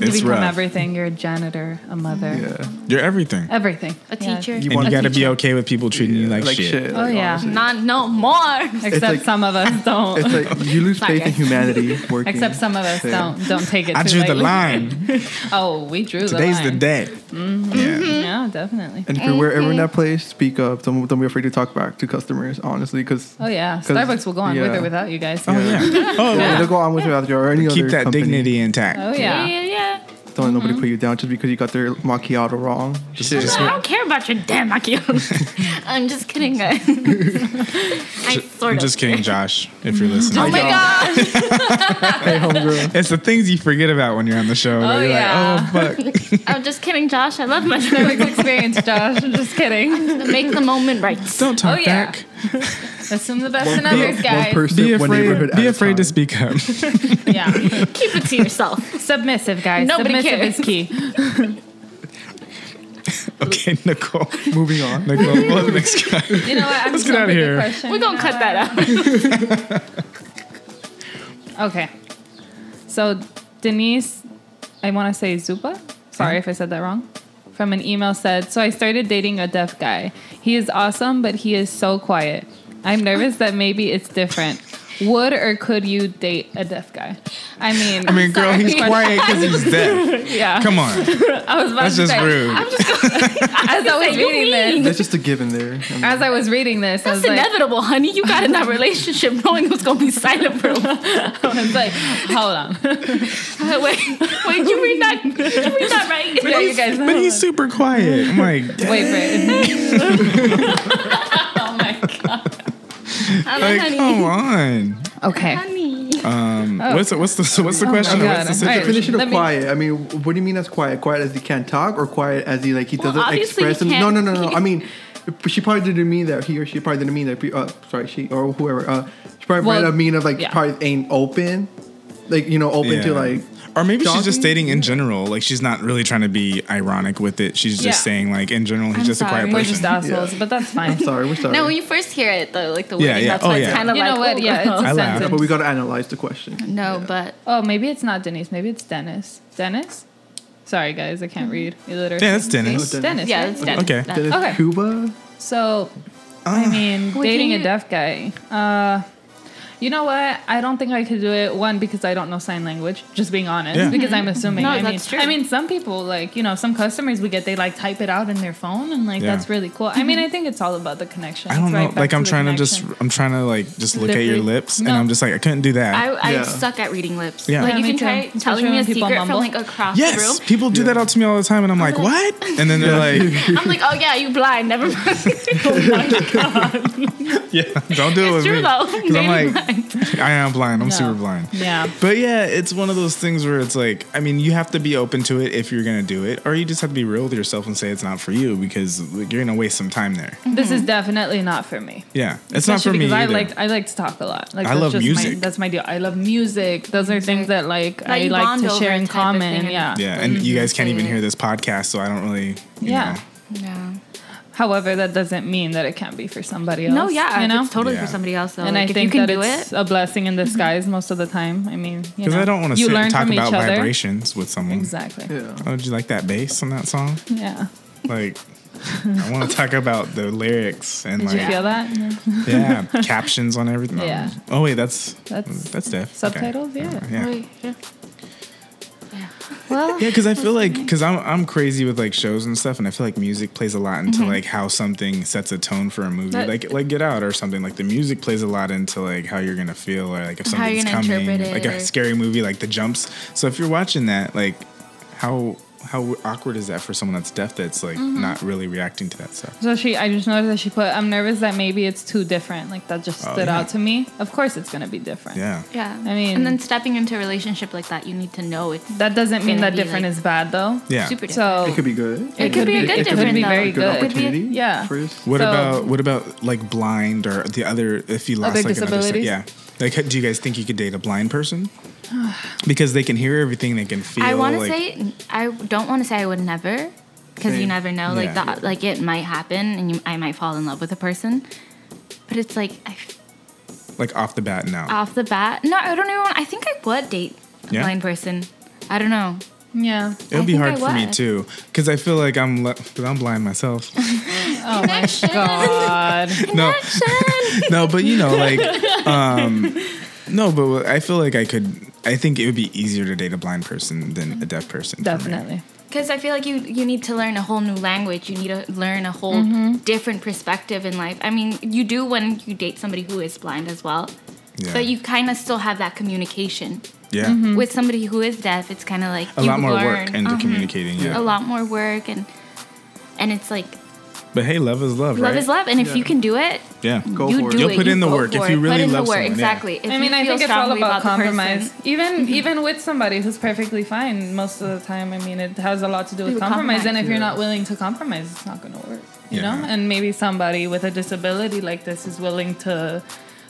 D: You
A: it's
D: become
A: rough.
D: everything. You're a janitor, a mother,
C: Yeah.
A: You're everything,
D: everything.
B: A
D: Yeah.
B: teacher.
A: and
C: want
A: you
C: a
A: got to be okay with people treating you like,
C: like
A: shit.
D: Oh
C: like,
D: yeah.
C: honestly.
B: Not no more.
D: Except
C: like-
D: some of us don't.
C: It's like you lose faith in
B: Okay.
C: humanity working.
D: Except some of us
C: Yeah.
D: don't. Don't take it.
A: I
D: too
A: drew the
D: lightly.
A: line.
D: Oh, we drew
A: Today's
D: the
A: the
D: line. Mm-hmm.
A: day. Yeah.
D: Yeah, definitely.
C: And if you're where- ever in that place, speak up. Don't, don't be afraid to talk back to customers, honestly, because
D: Oh yeah,
C: 'Cause-
D: Starbucks will go on with
C: yeah.
D: or without you guys.
A: Oh
D: Oh
A: yeah. Oh
C: yeah, they'll go on with you after or any
A: keep
C: other
A: that
C: company.
A: dignity intact.
B: Yeah,
D: Oh, yeah.
B: yeah, yeah.
C: Don't let
D: Mm-hmm.
C: nobody put you down just because you got their macchiato wrong. Shit.
A: just-
B: I don't care about your damn macchiato. I'm just kidding, guys. I sort
A: I'm
B: of.
A: just kidding, Josh, if you're listening.
B: Oh my god!
C: hey, homegirl.
A: It's the things you forget about when you're on the show.
D: Oh,
A: Oh, you're
D: yeah.
A: like, oh, fuck.
B: I'm just kidding, Josh. I love my
D: Starbucks experience, Josh. I'm just kidding.
B: Make the moment right.
A: Don't talk
D: Oh, yeah.
A: back.
D: Assume the best in others,
C: One
D: guys.
C: person,
A: Be
C: one neighborhood
A: afraid,
C: at
A: be
C: a
A: afraid to
C: time.
A: speak up.
D: Yeah,
B: Keep it to yourself.
D: submissive, guys.
B: Nobody
D: submissive
B: cares.
D: is key.
A: okay, Nicole.
C: Moving on.
A: Nicole, well, the next guy.
D: You know what? I'm
A: Let's
D: just
A: get outta
D: gonna pick a
A: here.
D: question.
B: We're gonna
D: You
B: cut
D: know
B: that out.
D: what? Okay. So Denise, I want to say Zupa. Sorry if I said that wrong. From an email said, so I started dating a deaf guy. He is awesome, but he is so quiet. I'm nervous that maybe it's different. Would or could you date a deaf guy? I mean,
A: I mean,
D: I'm
A: girl, he's
D: sorry.
A: quiet because he's dead.
D: yeah.
A: Come on.
D: I was about
A: That's
D: to
A: just
D: say,
A: rude.
D: I'm just as I was
B: "You
D: reading
B: mean."
D: this,
C: That's just a given there. I mean,
D: as I was reading this, I
B: That's
D: was like,
B: inevitable, honey. You got in that relationship knowing it was gonna be silent for a while.
D: I was like, hold on.
B: Uh, wait, wait, you read that? You read that right?
D: Yeah, you guys.
A: But he's super quiet. I'm like,
D: wait for it. oh my god.
A: like, oh
B: I'm like, honey.
A: come on.
D: Okay.
B: Honey.
A: Um, what's the, what's the so what's the
D: Oh,
A: question?
D: my
A: or what's the
D: God. All right.
A: situation?
C: Definition
D: Let
C: of
D: me-
C: quiet. I mean, what do you mean as quiet? Quiet as he can't talk, or quiet as he like he
B: Well,
C: doesn't
B: obviously
C: express?
B: he
C: him- No, no,
B: can't-
C: no, no. I mean, she probably didn't mean that. He or she probably didn't mean that. Uh, sorry, she or whoever. Uh, she probably
D: Well,
C: might mean of like
D: yeah.
C: probably ain't open, like you know, open to
A: Yeah.
C: like.
A: or maybe she's just
C: jogging?
A: stating in general. Like she's not really trying to be ironic with it. She's just
D: Yeah.
A: saying like in general, he's
D: I'm
A: just
D: sorry.
A: a quiet
D: We're
A: person.
D: just assholes, but that's fine.
C: Sorry, we're sorry.
B: No, when you first hear it, though, like the
A: Yeah,
B: wording,
A: yeah.
B: that's
A: Oh,
B: why
A: yeah.
B: it's kind
D: You
B: of like,
D: know what?
B: oh,
D: Yeah, it's
A: I
D: a
A: laughed.
C: but
D: sentence.
C: we gotta analyze the question.
B: no, but
D: Oh, maybe it's not Denise. Maybe it's Dennis. Dennis. Sorry, guys, I can't read illiteracy.
A: Yeah, that's Dennis.
D: It's Dennis.
B: yeah,
D: right?
B: it's dead.
A: Okay.
C: Then it's
D: Okay.
C: Cuba.
D: So, I
A: Ah.
D: mean,
B: Well,
D: dating
B: can
D: a
B: you-
D: deaf guy. Uh, you know what? I don't think I could do it. One because I don't know sign language. Just being honest,
A: Yeah.
D: because I'm assuming.
B: Mm-hmm. No,
D: I mean,
B: that's true.
D: I mean, some people like you know, some customers we get they like type it out in their phone, and like
A: Yeah.
D: that's really cool. I
B: Mm-hmm.
D: mean, I think it's all about the connection.
A: I
D: It's
A: don't know.
D: right back
A: like I'm
D: the
A: trying to just
D: connection.
A: I'm trying to like just look at your
D: Literally.
A: lips,
D: No.
A: and I'm just like I couldn't do that.
B: I, I
C: Yeah.
B: suck at reading lips.
A: Yeah.
B: Like,
A: Yeah,
B: you
D: me
B: can
D: too.
B: try
D: Especially
B: telling me
D: when
B: a
D: people
B: secret
D: mumble.
B: from like across the
A: yes,
B: room.
A: people do
C: Yeah.
A: that all to me all the time, and I'm like, what? And then they're like,
B: I'm like, oh yeah, you blind. Never mind.
A: yeah, don't do it with
B: It's true
A: me.
B: though.
A: 'Cause I'm like,
B: Dating blind.
A: I am blind. I'm
D: No.
A: super blind.
D: Yeah.
A: But yeah, it's one of those things where it's like, I mean, you have to be open to it if you're gonna do it, or you just have to be real with yourself and say it's not for you because like, you're gonna waste some time there.
D: This is definitely not for me.
A: Yeah, it's not for
D: Especially
A: me.
D: because I
A: either.
D: like I like to talk a lot. Like
A: I
D: that's
A: love
D: just
A: music.
D: My, that's my deal. I love music. Those are things that like I
B: you
D: like
B: bond
D: to share
B: over
D: in
B: type of thing
D: common.
B: and-
D: Yeah.
A: yeah, and you guys can't even
B: Yeah.
A: hear this podcast, so I don't really. You
D: Yeah.
A: Know.
B: Yeah.
D: However, that doesn't mean that it can't be for somebody else.
B: No, yeah,
D: you know.
B: it's totally
A: Yeah.
B: for somebody else. Though.
D: and
B: like,
D: I
B: if
D: think
B: you can
D: that
B: do
D: it's
B: it, Mm-hmm.
D: a blessing in disguise most of the time. I mean, you
A: Because
D: know,
A: I don't want to
D: you
A: sit
D: learn
A: and talk
D: from each
A: about
D: other.
A: vibrations with someone.
D: Exactly. Yeah.
C: Yeah.
A: Oh, did you like that bass on that song? Like, I want to talk about the lyrics and
D: Did you
A: like,
D: feel that? Yeah.
A: yeah, captions on everything.
D: Yeah.
A: Oh wait, that's
D: That's
A: that's, deaf. Okay.
D: subtitles. Yeah.
A: Yeah.
B: Wait, yeah.
D: Well,
A: Yeah, because I feel like because I'm I'm crazy with like shows and stuff, and I feel like music plays a lot
B: Mm-hmm.
A: into like how something sets a tone for a movie,
D: That-
A: like like Get Out or something. Like the music plays a lot into like how you're gonna feel or like if
B: How you're
A: something's
B: gonna
A: coming,
B: interpret
A: like
B: it
A: a
B: or-
A: scary movie, like the jumps. So if you're watching that, like how how awkward is that for someone that's deaf that's like
B: Mm-hmm.
A: not really reacting to that stuff?
D: So she, I just noticed that she put, I'm nervous that maybe it's too different. Like that just
A: Oh,
D: stood
A: yeah.
D: out to me. Of course, it's gonna be different.
A: Yeah,
B: Yeah.
D: I mean-
B: and then stepping into a relationship like that, you need to know it's
D: That doesn't mean
B: Gonna
D: that
B: be,
D: different
B: like-
D: is bad though.
A: yeah.
B: super different.
D: So
C: It could be good.
B: It could be a good
D: it could
B: different,
D: be
B: though.
D: very
B: It
C: Good
D: good.
C: opportunity.
D: yeah.
C: First.
A: What
D: So-
A: about what about like blind or the other if you
B: Oh,
A: lost
D: Other
A: like
D: disabilities?
A: another se- yeah. Like do you guys think you could date a blind person? Because they can hear everything, they can feel
B: I want to
A: like
B: say I don't want to say I would never because
C: Same.
B: you never know like
A: Yeah.
B: that like it might happen and you, I might fall in love with a person but it's like I,
A: like off the bat now.
B: off the bat no I don't even want, I think I would date a
A: Yeah?
B: blind person I don't know
D: Yeah.
A: it would be
B: I think
A: hard
B: I
A: for me
B: would.
A: too cuz I feel like I'm le- cuz I'm blind myself.
D: Oh my god.
A: no.
B: Connection.
A: No, but you know like um no, but I feel like I could I think it would be easier to date a blind person than a deaf person. for me.
D: Definitely.
B: Because I feel like you you need to learn a whole new language. You need to learn a whole different perspective in life. I mean, you do when you date somebody who is blind as well,
A: Yeah.
B: but you kind of still have that communication
A: Yeah.
B: with somebody who is deaf. It's kind of like
A: A
B: you
A: lot more work
B: learn,
A: into
B: uh-huh,
A: communicating, yeah.
B: a lot more work, and and it's like
A: But hey, love is love,
B: love
A: right?
B: is love, and if
C: Yeah.
B: you can do it.
A: Yeah.
C: Go
B: you
C: for it.
B: do
A: You'll
B: it.
A: put in the
B: go
A: work if
B: for
A: you
B: it.
A: really
B: put in
A: love
B: the work.
A: someone, yeah.
B: Exactly. If
D: I
B: you
D: mean, I
B: feel
D: think it's all
B: strongly
D: about
B: the person,
D: compromise. Even even with somebody who's perfectly fine, most of the time, I mean, it has a lot to do with
B: With
D: compromise.
B: compromise.
D: And if you're
C: Yeah.
D: not willing to compromise, it's not going to work. You know.
A: Yeah.
D: And maybe somebody with a disability like this is willing to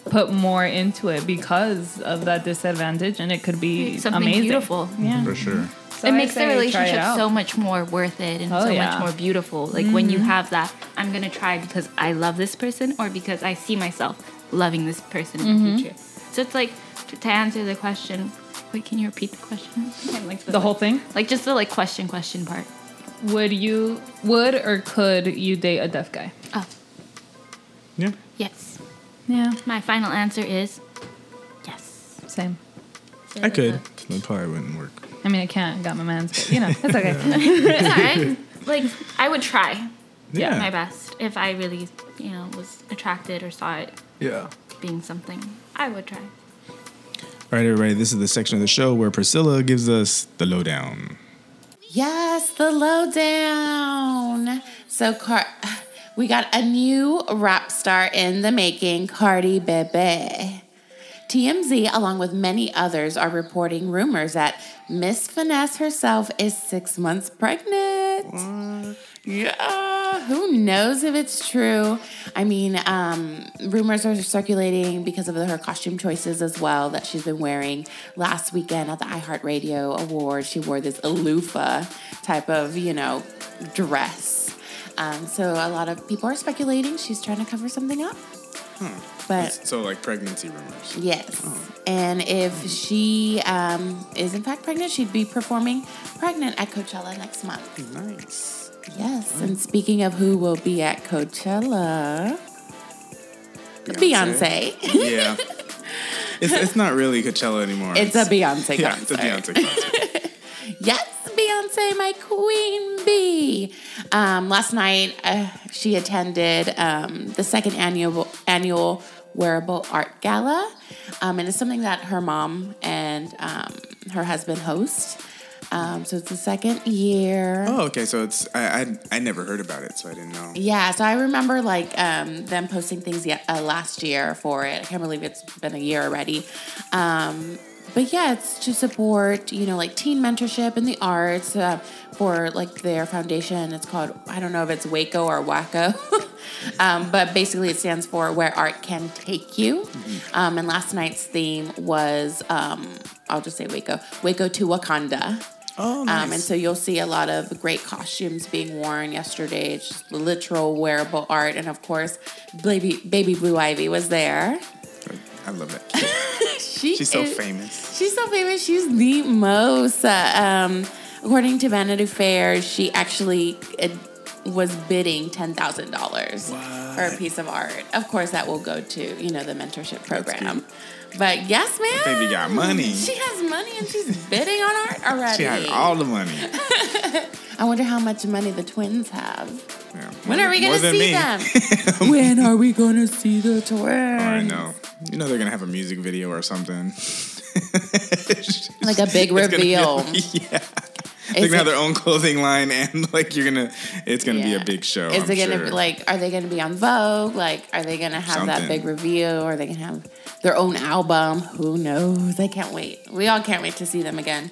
D: put more into it because of that disadvantage, and it could be
B: something
D: amazing.
B: beautiful.
D: Yeah.
A: For sure.
D: So
B: it
D: I
B: makes the
D: say try it
B: relationship
D: out.
B: so much more worth it and
D: Oh,
B: so
D: yeah. Mm-hmm.
B: much more beautiful. Like when you have that, I'm gonna try because I love this person or because I see myself loving this person in
D: Mm-hmm.
B: the future. So it's like to, to answer the question. Wait, can you repeat the question? I like
D: The whole thing.
B: like just the like question question part.
D: Would you would or could you date a deaf guy?
B: Oh
A: Yeah.
B: yes,
D: Yeah.
B: my final answer is yes.
D: Same.
A: I could. It probably wouldn't work.
D: I mean, I can't. I got my man's, but you know, it's okay.
B: It's all right. Like I would try
A: Yeah.
B: my best if I really, you know, was attracted or saw it
C: Yeah.
B: being something. I would try.
A: All right, everybody. This is the section of the show where Priscilla gives us the lowdown.
E: Yes, the lowdown. So, Car- we got a new rap star in the making, Cardi Bebe. TMZ, along with many others, are reporting rumors that Miss Finesse herself is six months pregnant. Yeah, who knows if it's true? I mean, um, rumors are circulating because of her costume choices as well that she's been wearing. Last weekend at the iHeartRadio Awards, she wore this aloofa type of, you know, dress. Um, so a lot of people are speculating she's trying to cover something up. But
A: So, like pregnancy rumors.
E: Yes. And if she um, is in fact pregnant, she'd be performing pregnant at Coachella next month.
A: Nice.
E: Yes. And speaking of who will be at Coachella, Beyonce.
A: yeah. It's, it's not really Coachella anymore.
E: It's a Beyonce
A: Yeah, it's a
E: concert.
A: Beyonce concert.
E: Yes, Beyonce, my queen bee. Um, last night, uh, she attended um, the second annual annual Wearable Art Gala, um, and it's something that her mom and um, her husband host. Um, so it's the second year.
A: oh, okay. So it's I, I I never heard about it, so I didn't know.
E: Yeah, so I remember like um, them posting things yet, uh, last year for it. I can't believe it's been a year already. Um, but yeah, it's to support you know like teen mentorship in the arts uh, for like their foundation. It's called I don't know if it's Waco or Waco, um, but basically it stands for Where Art Can Take You. Um, and last night's theme was um, I'll just say Waco, Waco to Wakanda.
A: Oh,
E: Um, and so you'll see a lot of great costumes being worn yesterday. It's just literal wearable art, and of course, baby baby Blue Ivy was there.
A: I love it.
E: She
A: She's so
E: is-
A: famous.
E: She's so famous. She's the most. Uh, um, according to Vanity Fair, she actually uh, was bidding ten thousand dollars for a piece of art. Of course, that will go to you know the mentorship program. But yes, ma'am.
A: Baby got money.
E: She has money and she's bidding on art already.
A: She had all the money.
E: I wonder how much money the twins have.
A: Yeah.
E: When are we
A: More
E: gonna
A: than
E: see
A: me.
E: them? when are we gonna see the twins?
A: I know. You know they're gonna have a music video or something.
E: Like a big
A: It's gonna be-
E: reveal.
A: yeah.
E: Is
A: They're
E: it-
A: gonna have their own clothing line, and like you're gonna, it's gonna be
E: Yeah.
A: a big show.
E: Is
A: I'm
E: it gonna
A: sure.
E: be like? Are they gonna be on Vogue? Like, are they gonna have that
A: Something.
E: big reveal? Are they gonna have their own album? Who knows? I can't wait. We all can't wait to see them again.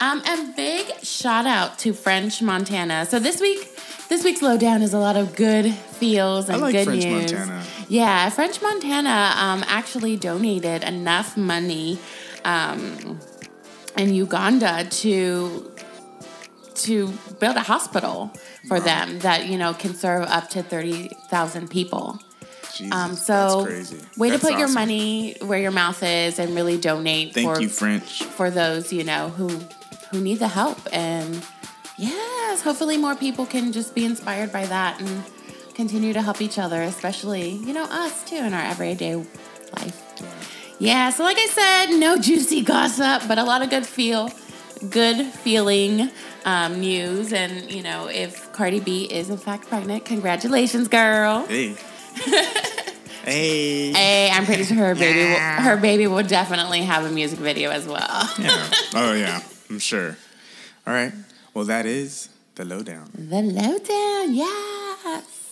E: Um, and big shout out to French Montana. So this week, this week's lowdown is a lot of good feels and
A: like
E: good
A: French
E: news.
A: Montana.
E: Yeah, French Montana um, actually donated enough money um, in Uganda to to build a hospital for them that you know can serve up to thirty thousand people.
A: Jesus,
E: Um, so
A: that's crazy.
E: way
A: That's
E: to put your
A: awesome.
E: money where your mouth is and really donate
A: Thank
E: for
A: you, French.
E: for those you know who who need the help and yes, hopefully more people can just be inspired by that and continue to help each other, especially you know us too in our everyday life. Yeah, so like I said, no juicy gossip, but a lot of good feel, good feeling um, news. And you know, if Cardi B is in fact pregnant, congratulations, girl.
A: Hey. hey.
E: Hey, I'm pretty sure her baby, will, her baby will definitely have a music video as well.
A: Yeah. Oh yeah, I'm sure. All right. Well, that is the lowdown.
E: The lowdown, yes.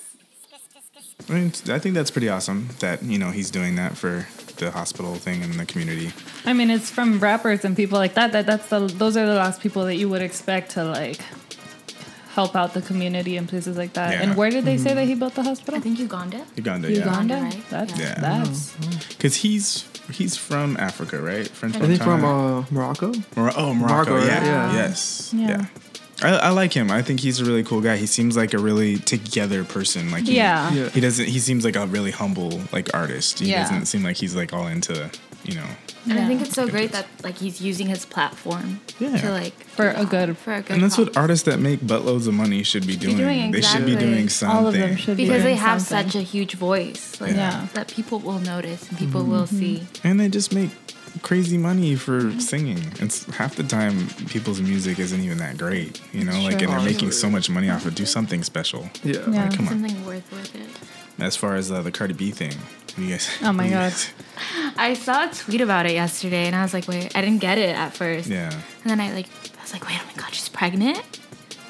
A: I, mean, it's- I think that's pretty awesome that you know he's doing that for the hospital thing and the community.
D: I mean, it's from rappers and people like that. That that's the those are the last people that you would expect to like help out the community and places like that.
A: Yeah. Mm-hmm.
D: And where did they say that he built the hospital?
B: I think Uganda.
A: Uganda, yeah,
B: Uganda,
D: Uganda.
B: right? Mm-hmm.
D: That's
A: Yeah.
D: that's
A: because he's he's from Africa, right? French
C: Are they
A: Montana.
C: from uh, Morocco?
A: Mor- oh, Morocco.
C: Morocco, right?
A: yeah.
C: Yeah.
A: Yes.
D: Yeah.
A: Yeah. I, I like him. I think he's a really cool guy. He seems like a really together person. Like he,
D: Yeah.
C: Yeah.
A: He doesn't. He seems like a really humble like artist. He
D: Yeah.
A: doesn't seem like he's like all into you know.
B: And
D: Yeah.
B: I think it's so great that like he's using his platform
A: Yeah.
B: to like
D: for a good.
B: for a good
A: And that's
B: cause.
A: what artists that make buttloads of money should be doing.
B: be doing
A: They should be
B: exactly.
A: doing something.
D: All of them should be
B: because they
D: doing
B: have
D: something.
B: such a huge voice like,
D: Yeah.
B: that people will notice and people will see
A: And they just make crazy money for singing. It's half the time people's music isn't even that great, you know. Like, and
D: Sure.
A: they're making so much money off of do something special.
C: Yeah.
D: Yeah.
A: Like, come on.
B: Something worth with it.
A: As far as uh, the Cardi B thing, you guys.
D: Oh my
A: you
D: God.
A: guys-
B: I saw a tweet about it yesterday, and I was like, wait, I didn't get it at first.
A: Yeah,
B: And then I like, I was like, wait, oh my god, she's pregnant.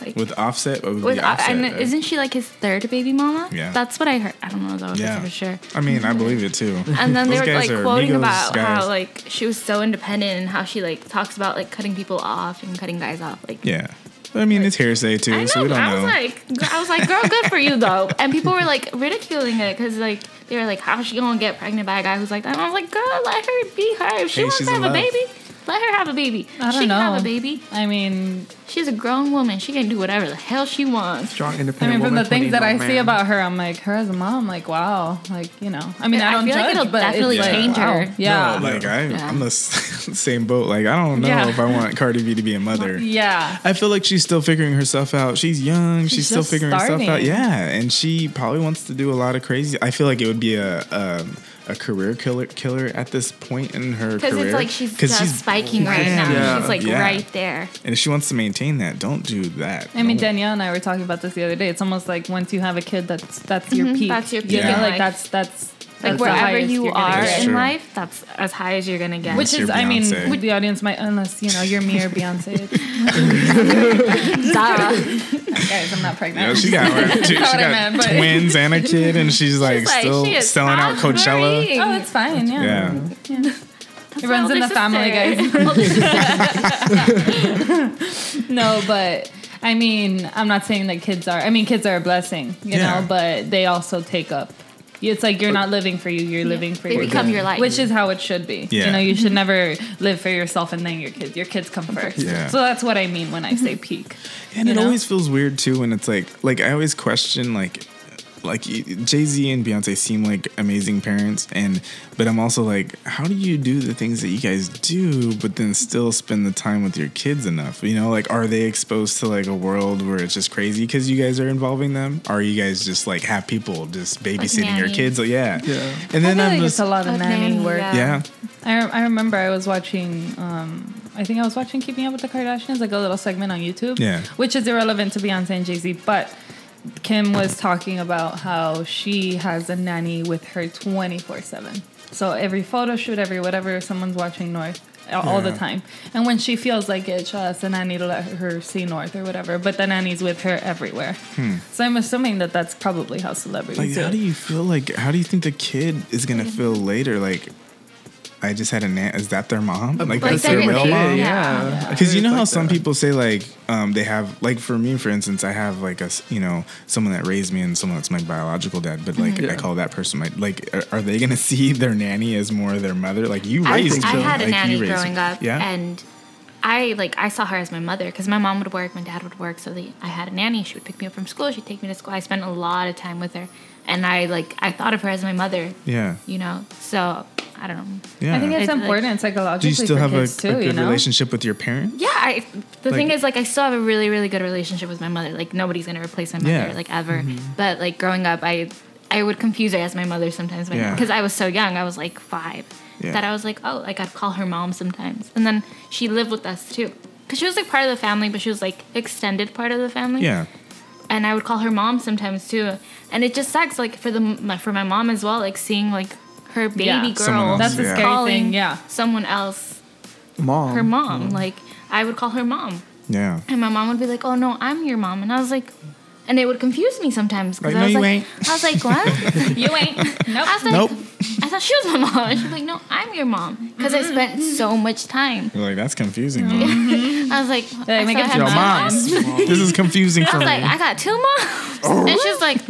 B: Like
A: with Offset. With,
B: with
A: the
B: uh,
A: Offset,
B: and
A: right?
B: isn't she like his third baby mama?
A: Yeah.
B: That's what I heard. I don't know though if
A: yeah
B: that's for sure.
A: I mean, I believe it too.
B: And then they
A: Those
B: were
A: guys
B: like
A: are
B: quoting
A: Migos
B: about
A: guys.
B: how like she was so independent and how she like talks about like cutting people off and cutting guys off. Like
A: Yeah, I mean, it's hearsay too,
B: I know.
A: so we don't
B: I
A: know.
B: was like, I was like, girl, good for you though. And people were like ridiculing it because like they were like, how's she gonna get pregnant by a guy who's like that? And I was like, girl, let her be her. If she
A: Hey,
B: wants
A: she's
B: to
A: in love.
B: have a baby, let her have a baby.
D: I don't
B: she
D: know.
B: can have a baby.
D: I mean,
B: She's a grown woman. She can do whatever the hell she wants.
C: Strong,
D: I
C: independent
D: mean, from
C: woman,
D: the things that I
C: 20-year-old
D: see
C: man.
D: about her, I'm like, her as a mom, like, wow, like, you know. I mean, I
B: I
D: don't
B: feel like
D: judge,
B: it'll
D: but
B: definitely
D: it's like,
B: change
D: wow.
B: her.
D: Yeah,
A: No, like I,
B: Yeah.
A: I'm the s- same boat. Like I don't know
D: Yeah.
A: if I want Cardi B to be a mother.
D: yeah.
A: I feel like she's still figuring herself out. She's young. She's,
D: She's
A: still
D: just
A: figuring herself out.
D: starting.
A: Yeah, and she probably wants to do a lot of crazy. I feel like it would be a um, a career killer killer at this point in her
B: Because
A: career.
B: it's like she's
A: 'Cause
B: just spiking right now.
C: Yeah.
B: She's like
A: Yeah.
B: right there.
A: and if she wants to maintain that, don't do that.
D: I mean,
A: No.
D: Danielle and I were talking about this the other day. It's almost like once you have a kid, that's that's your
B: Mhm,
D: peak.
B: that's your
D: You
B: peak
A: in
D: feel
A: life.
D: like that's that's
B: Like
D: that's the
B: wherever
D: highest
B: you
D: you're gonna
B: are
D: get.
A: That's
B: in
A: true.
B: life, that's as high as you're gonna get.
D: Which
A: You're
D: is, I mean,
A: Beyonce.
D: the audience might, unless, you know, you're me or Beyonce. It's-
B: Duh.
D: Guys, I'm not pregnant.
A: Yeah, she got, her- she, she
D: what I
A: got
D: meant, but-
A: twins and a kid, and she's like
B: like,
A: still
B: she is
A: selling out
B: fast
A: Coachella.
B: hurrying.
D: Oh, it's fine. Yeah.
A: Yeah,
B: That's
D: It
B: my
D: runs in
B: older
D: the family,
B: sister.
D: No, but I mean, I'm not saying that kids are. I mean, kids are a blessing, you
A: Yeah.
D: know, but they also take up. It's like you're not living for you; you're living for
B: They
D: your
B: become
D: kids,
B: your life.
D: which is how it should be.
A: Yeah.
D: You know, you should never live for yourself and then your kids. Your kids come first.
A: Yeah.
D: So that's what I mean when I say peak.
A: and
D: you
A: it
D: know?
A: always feels weird too when it's like like I always question like like Jay Z and Beyonce seem like amazing parents, and but I'm also like, how do you do the things that you guys do, but then still spend the time with your kids enough? You know, like are they exposed to like a world where it's just crazy because you guys are involving them? Are you guys just like have people just babysitting your
B: nannies.
A: kids? Like, yeah,
C: Yeah.
A: And
D: I
A: then
D: feel
A: I'm
D: like
A: just
D: it's a lot of
B: Of
D: nanny
B: nanny,
D: work.
B: yeah.
A: yeah,
D: I, rem- I remember I was watching. Um, I think I was watching Keeping Up with the Kardashians, like a little segment on YouTube.
A: Yeah.
D: Which is irrelevant to Beyonce and Jay Z, but Kim was talking about how she has a nanny with her twenty four seven. So every photo shoot, every whatever, someone's watching North uh, all the
A: Yeah.
D: time. And when she feels like it, she asks the nanny to let her see North or whatever. But the nanny's with her everywhere. So I'm assuming that that's probably how celebrities.
A: Hmm. Like, how do you feel? Like, how do you think the kid is gonna feel later? Like, I just had a nan. Is that their mom? Like,
C: But
A: that's
B: that's
A: their
B: their
A: real
B: kid.
A: mom?
C: Yeah.
B: Yeah.
A: Because you know
C: It's
A: how
C: like
A: some
C: that.
A: people say like um, they have like for me for instance I have like a s- you know someone that raised me and someone that's my biological dad but like
C: Yeah.
A: I call that person my like are, are they gonna see their nanny as more their mother like you
B: I,
A: raised
B: I
A: them.
B: had a
A: Like, you
B: nanny
A: raised
B: growing
A: them.
B: up,
A: yeah
B: and I like I saw her as my mother because my mom would work, my dad would work, so they, I had a nanny. She would pick me up from school, she'd take me to school. I spent a lot of time with her, and I like I thought of her as my mother.
A: yeah
B: You know, so I don't know.
A: yeah.
D: I think that's
B: It's like-
A: Do
D: important psychologically
A: you still
D: for
A: have a,
D: kids
A: a
D: too.
A: good
D: you know.
A: relationship with your parent?
B: Yeah, I, the
A: Like-
B: thing is, like, I still have a really, really good relationship with my mother. Like, nobody's gonna replace my mother,
A: Yeah. Mm-hmm.
B: like, ever. But like growing up, I, I would confuse her as my mother sometimes,
A: Yeah.
B: because I was so young. I was like five,
A: Yeah.
B: that I was like, oh, like I'd call her mom sometimes, and then she lived with us too, because she was like part of the family, but she was like extended part of the family
A: Yeah.
B: and I would call her mom sometimes too. And it just sucks, like for the my, for my mom as well, like seeing like her baby
D: Yeah.
A: Someone
B: girl
A: else, That's the
D: yeah. scary
B: calling
D: thing, yeah.
B: someone else
C: Mom.
A: Um,
B: her mom. Like I would call her mom,
A: Yeah.
B: and my mom would be like, "Oh no, I'm your mom," and I was like. And it would confuse me sometimes because
A: Like,
B: I was
A: "No, you
B: like,
A: ain't."
B: I was like, what? you ain't. Nope. I was like,
A: Nope.
B: I thought she was my mom. And she's like, no, I'm your mom because I spent so much time.
A: You're like that's confusing. Mom.
B: I was like, I
D: make
B: still
D: it
B: had
A: Yo,
B: my
A: moms, this is confusing
B: I
A: for
B: was
A: me.
B: like, I got two
A: Oh.
B: moms. And she's like,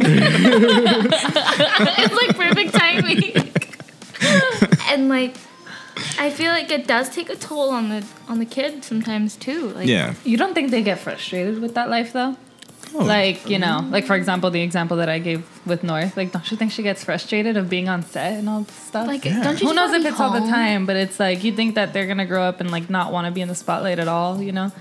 B: it's like perfect timing. and like, I feel like it does take a toll on the on the kid sometimes too. Like,
A: yeah.
D: You don't think they get frustrated with that life though?
A: Oh.
D: Like, you know, like for example, the example that I gave with North, like, don't you think she gets frustrated of being on set and all this stuff?
B: Like,
A: Yeah.
B: don't you?
D: who
B: just
D: knows
B: wanna
D: if
B: be
D: it's all the
B: home?
D: time, but it's like you think that they're gonna grow up and like not want to be in the spotlight at all, you know?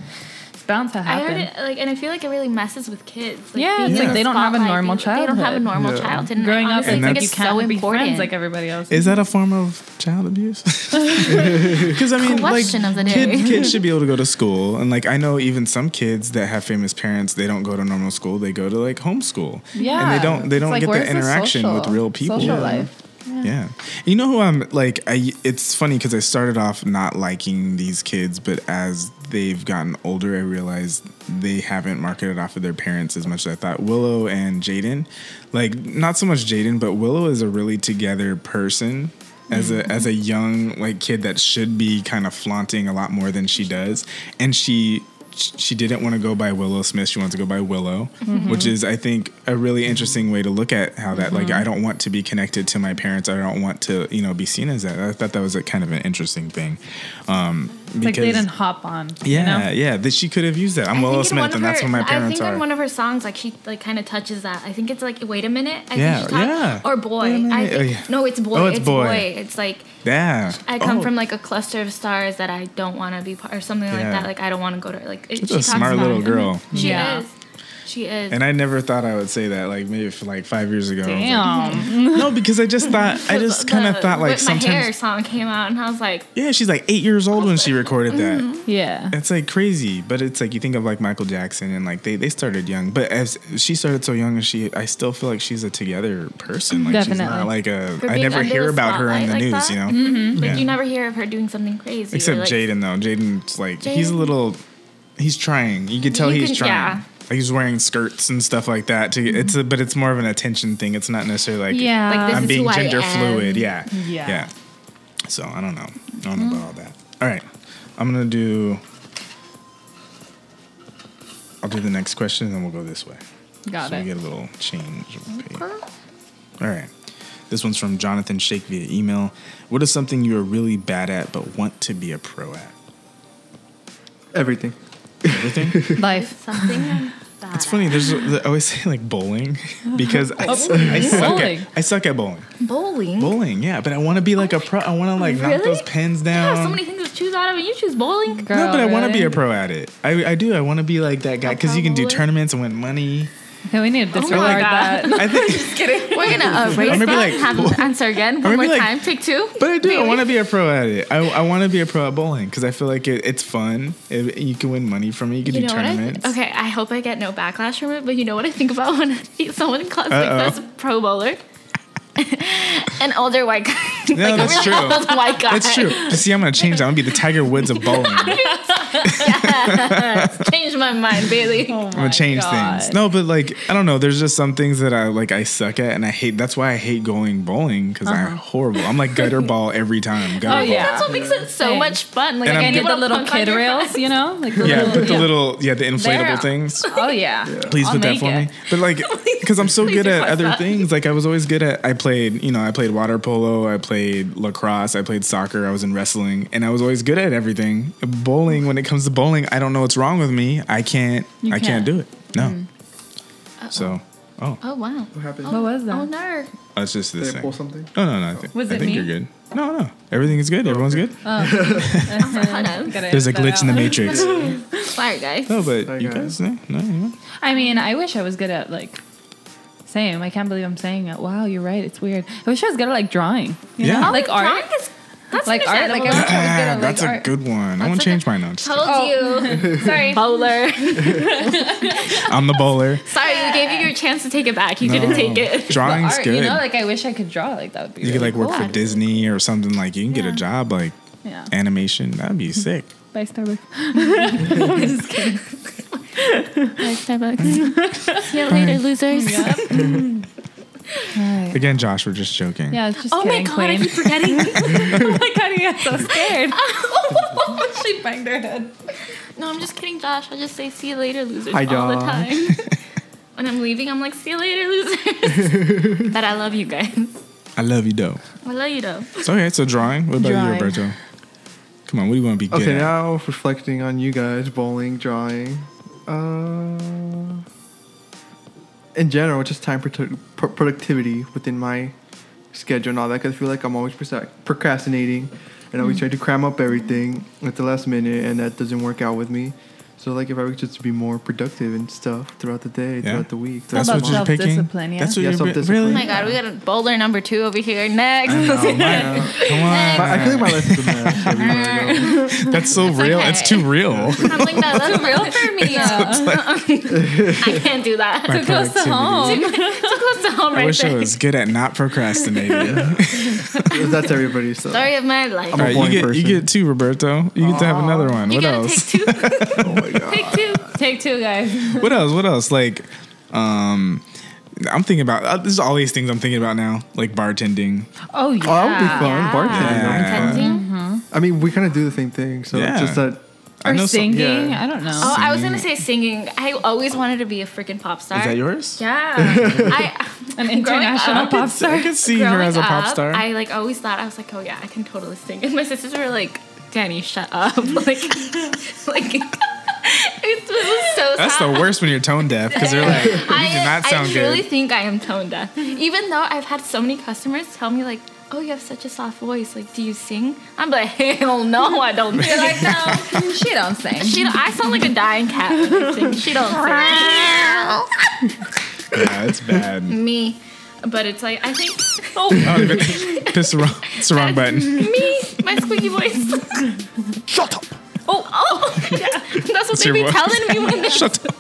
D: bound to
B: I
D: happen.
B: heard it like, and I feel like it really messes with kids.
D: Yeah,
B: being
D: it's
A: like
B: in
D: they don't have a
B: spotlight,
D: normal
B: being- They don't have a
D: childhood.
B: normal
C: Yeah.
B: childhood. And
D: Growing up,
B: honestly,
D: and
A: And
B: I think
A: that's-
B: it's
D: you can't
B: so
D: be
B: important.
D: friends like everybody else.
A: Is that a form of child abuse? Because I mean,
B: Question of
A: like
B: the
A: kid,
B: day.
A: kids should be able to go to school, and like I know even some kids that have famous parents, they don't go to normal school; they go to like homeschool.
D: yeah,
A: and they don't they
D: It's
A: don't
D: like,
A: get
D: where's
A: the interaction with
D: social-
A: real people.
D: Social
A: yeah.
D: life.
A: Yeah. You know who I'm like I it's funny cuz I started off not liking these kids but as they've gotten older I realized they haven't marketed off of their parents as much as I thought. Willow and Jaden, like not so much Jaden but Willow is a really together person as a as a young like kid that should be kind of flaunting a lot more than she does and she she didn't want to go by Willow Smith. She wanted to go by Willow,
B: Mm-hmm.
A: which is, I think, a really interesting way to look at how that. Like,
B: Mm-hmm.
A: I don't want to be connected to my parents. I don't want to, you know, be seen as that. I thought that was a kind of an interesting thing. Um, because
D: Like they didn't hop on.
A: yeah,
D: you know?
A: yeah. That she could have used that. I'm
B: I
A: Willow
B: think in
A: Smith,
B: one of
A: and that's
B: her-
A: what my
B: I
A: parents
B: think
A: are.
B: in one of her songs, like she like kind of touches that. I think it's like, wait a minute, I
A: Yeah,
B: think she talk-
A: yeah.
B: or boy.
A: Wait a
B: I
A: minute.
B: think,
A: Oh, yeah.
B: No, it's boy.
A: Oh, it's
B: it's,
A: boy.
B: boy. It's like
A: yeah,
B: I come
A: Oh,
B: from like a cluster of stars that I don't want to be part, or something like
A: Yeah.
B: that. Like I don't want to go to like. It,
A: She's
B: she
A: a
B: talks
A: smart
B: about
A: little
B: it.
A: girl.
B: She
D: Yeah.
B: is. She is.
A: And I never thought I would say that. Like maybe for like five years ago. I was like,
D: Damn.
A: no, because I just thought I just kind of thought like
B: with my
A: sometimes.
B: hair song came out, and I was like,
A: Yeah, she's like eight years old when she recorded that.
B: Mm-hmm.
D: yeah.
A: It's like crazy, but it's like you think of like Michael Jackson and like they, they started young, but as she started so young, and she I still feel like she's a together person. Like she's
D: Definitely.
A: not like a
B: For
A: I
B: being
A: never
B: under
A: hear
B: the
A: about her on the
B: spotlight
A: news,
B: like
A: you know.
B: that? Mm-hmm. like
A: Yeah.
B: you never hear of her doing something crazy. or,
A: Except
B: like,
A: Jaden though, Jaden's like he's a
B: Jaden-
A: little, he's trying. You can tell
B: You
A: he's
B: can-
A: trying.
B: yeah. Mm-hmm.
A: Like he's wearing skirts and stuff like that. To it's a, but it's more of an attention thing. It's not necessarily like
D: Yeah.
B: Like, this
A: I'm
B: is
A: being
B: who I
A: gender
B: am.
A: fluid. Yeah.
D: Yeah.
A: Yeah. So I don't know. I don't know about all that. All right. I'm gonna do. I'll do the next question, and then we'll go this way.
D: Got
A: so
D: it.
A: we get a little change. of pace. All right. This one's from Jonathan Shake via email. What is something you are really bad at but want to be a pro at?
C: Everything.
A: Everything.
D: Life.
B: Something. I'm bad
A: it's funny. There's I always say like bowling because I, I suck
D: Oh, Bowling.
A: at I suck at bowling.
B: at. Bowling.
A: Bowling, yeah, but I want to be like a pro. I want to like knock
B: Really?
A: those pins
B: You
A: down.
B: have so many things to choose out of, and you choose bowling.
D: Girl,
A: no, but I want to be
D: really?
A: a pro at it. I, I do. I want to be like that guy because you can do
B: probably.
A: tournaments and win money.
D: Okay, we need to disregard
B: God.
D: that.
A: I think,
B: We're gonna erase
A: gonna be
B: that.
A: like,
B: have
A: "Whoa."
B: them answer again
A: gonna
B: one more
A: be like,
B: time. Take two.
A: but I do. I
B: Maybe.
A: want to be a pro at it. I, I want to be a pro at bowling because I feel like it, it's fun. It, you can win money from it. You can
B: You
A: do
B: know what I
A: tournaments.
B: think? Okay, I hope I get no backlash from it, but you know what I think about when someone calls
A: Uh-oh.
B: like this pro bowler? An older white guy.
A: No,
B: like
A: that's
B: a
A: true.
B: real old white guy.
A: That's true. But see, I'm gonna change that. I'm gonna be the Tiger Woods of bowling. I'm
B: Change my mind, Bailey.
D: I'm
A: gonna change things. No, but like I don't know. There's just some things that I like. I suck at, and I hate. That's why I hate going bowling because I'm horrible. I'm like gutter ball every time. Gutter ball.
D: Oh, yeah.
B: That's what makes it so
D: Same.
B: much fun. Like,
A: And
D: Like
A: I'm
D: I need
A: good-
D: the little kid rails, you know? Like the
A: Yeah,
D: little,
A: put the little yeah the inflatable
D: There.
A: things.
D: Oh yeah.
A: Please
D: I'll
A: put that
D: make
A: for
D: it.
A: me. But like, because I'm so
B: Please
A: good at
B: request
A: other
B: that.
A: things. Like I was always good at. I played, you know, I played water polo. I played lacrosse. I played soccer. I was in wrestling, and I was always good at everything. Bowling. When it comes to bowling, I don't know what's wrong with me. I can't.
D: You
A: I can't
D: can't. Mm.
A: do it. No. So, oh,
B: Oh, wow.
C: What happened?
D: What was
B: Oh,
D: that?
B: no.
A: oh, it's just this
C: Did I pull
A: thing.
C: something?
A: No, no, no. I think,
D: Was
A: I
D: it
A: think
D: me?
A: you're good. No, no. Everything is good. Everyone's good.
D: Uh-huh. Gotta
A: There's a
D: edit that
A: glitch in the
D: out.
A: matrix. no,
B: Sorry, guys.
A: but
C: Sorry,
A: you
C: guys.
A: guys, no, no, anyone?
D: I mean, I wish I was good at like same. I can't believe I'm saying it. Wow, you're right. It's weird. I wish I was good at like drawing. You
A: Yeah.
D: Know?
A: Oh,
D: Like art.
B: Drawing is- that's
D: Like art, like
B: understandable.
D: I wish I was good
A: Ah,
D: at like
A: that's a
D: art.
A: good one. I won't
B: like a-
A: change mine. No, I'm just kidding.
B: Told you.
D: Sorry.
B: Oh. Bowler.
A: I'm the bowler.
B: Sorry, we gave you your chance to take it back. You didn't
A: No.
B: take it.
D: But
A: Drawing's
D: art,
A: good.
D: You know, like I wish I could draw. Like that would be.
A: you could
D: really
A: like work
D: cool.
A: for Disney or something. Like you can get a
D: Yeah.
A: job like
D: Yeah. Mm-hmm.
A: animation. That'd be sick.
D: By Starbucks.
B: Starbucks. See you later, losers.
A: Again, Josh, we're just joking.
D: Yeah. It's just
B: Oh my
D: kidding,
B: god, I
D: Queen.
B: keep forgetting.
D: oh my god, you got so scared. she banged her head.
B: no, I'm just kidding, Josh. I just say see you later, losers
C: Hi,
B: all the
C: Josh.
B: time. when I'm leaving, I'm like, see you later, losers. but I love you guys.
A: I love you though.
B: I love you though.
A: So okay, so drawing. What about you,
D: Drawing.
A: Roberto? Come on, what do you want to be good
C: Okay,
A: at?
C: now reflecting on you guys, bowling, drawing, uh, in general, just time produ- pro- productivity within my schedule and all that. Because I feel like I'm always prosa- procrastinating, and I always try to cram up everything at the last minute, and that doesn't work out with me. So like if I were just to be more productive and stuff throughout the day, throughout the week.
A: That's
C: throughout
A: what
D: about
C: the
A: you're
C: month.
A: picking.
D: self-discipline, yeah.
A: That's what
C: Yeah,
A: you're pi-
C: self-discipline.
A: really.
B: Oh my god, we got a bowler number two over here next.
A: I know, my- come on.
C: I I feel like my life is a mess. everywhere I go.
A: That's so real.
B: okay.
A: It's too real.
B: I'm like, no, that's real for me. I can't do that.
A: My
B: Too close to
A: productivity.
B: home. Too close to home
A: I
B: right
A: wish I
B: there.
A: was good at not procrastinating.
C: That's everybody. So
B: Story of my life.
A: All
C: I'm a
A: right, you
C: boring
A: get you
C: person.
A: get two, Roberto. You get to have another one.
B: you
A: what
B: gotta
A: else?
B: take two.
C: oh my god.
B: Take two.
D: Take two, guys.
A: what else? What else? Like, um, I'm thinking about uh, this is all these things I'm thinking about now, like bartending.
D: Oh yeah.
C: Oh, that would be fun.
B: Yeah.
C: Bartending. that would be fun.
B: Pretending.
C: I mean, we kind of do the same thing. So
A: Yeah.
C: just that.
A: I know some-
D: Or singing.
C: yeah.
D: I don't know.
B: Oh, I was gonna say singing. I always wanted to be a freaking pop star.
A: Is that yours?
B: Yeah. I
D: An
B: growing
D: international
B: up-
D: pop star.
A: I could see her
B: growing
A: as a pop
B: up,
A: star.
B: I like always thought I was like, oh yeah, I can totally sing. And my sisters were like, Danny, shut up. Like, like it was so.
A: That's
B: sad.
A: the worst when you're tone deaf because they're like, you do
B: I,
A: not sound
B: I truly
A: good.
B: think I am tone deaf. Even though I've had so many customers tell me like, "Oh, you have such a soft voice. Like, do you sing?" I'm like, "Hell no, I don't." Sing. like, no,
D: she don't sing.
B: she don't, I sound like a dying cat when I sing. She don't
A: yeah, it's bad.
B: sing. me, but it's like I think.
A: Oh, I pissed the wrong, it's the wrong button.
B: Me, my squeaky voice. Shut up. Oh, oh, yeah. That's what
A: It's
B: they
A: your
B: be
A: voice.
B: telling me when they
A: Shut up.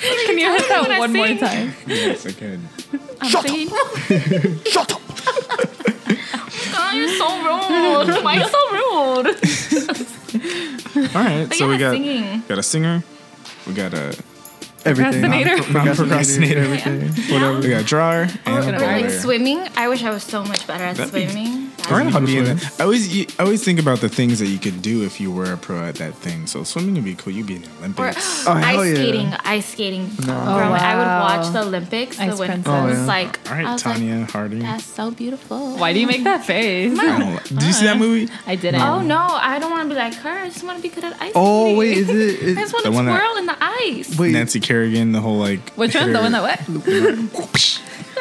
D: Can you hit
B: When I
D: that one more
B: sing.
D: time?
A: Yes, I could.
B: I'm singing. Shut up. oh, you're so rude. Why are you so rude?
A: All right,
B: But
A: so
B: yeah,
A: we got
B: singing.
A: got a singer, we got a
C: Everything.
D: Procrastinator.
A: procrastinator.
C: Everything.
A: whatever, we got a drawer, and a
D: gonna
B: Or like
A: bowler.
B: swimming. I wish I was so much better at
A: That'd be-
B: swimming.
A: Or in
C: You could
A: hobby,
C: swim.
A: I always you, I always think about the things that you could do if you were a pro at that thing. So swimming would be cool. You'd be in the
B: Or
A: Olympics.
C: Oh, hell
B: ice
C: yeah.
B: skating, ice skating.
D: Oh,
B: Growing- I
D: wow.
B: would watch the Olympics.
D: Ice
B: the winter.
D: princess.
B: I
C: Oh,
B: was
C: yeah.
B: like,
A: All right,
B: I was like,
A: Tanya Harding.
B: that's so beautiful.
D: Why do you make that face?
A: I don't- Did you see that movie?
D: I didn't.
B: Oh no, I don't want to be like her. I just want to be good at ice.
C: Oh
B: skating.
C: wait, is it?
B: I just
C: Is,
B: want
A: The
B: to
A: one that-
B: swirl in the ice.
C: wait,
A: Nancy Kerrigan, the whole like
D: Which one? The one that what?
A: went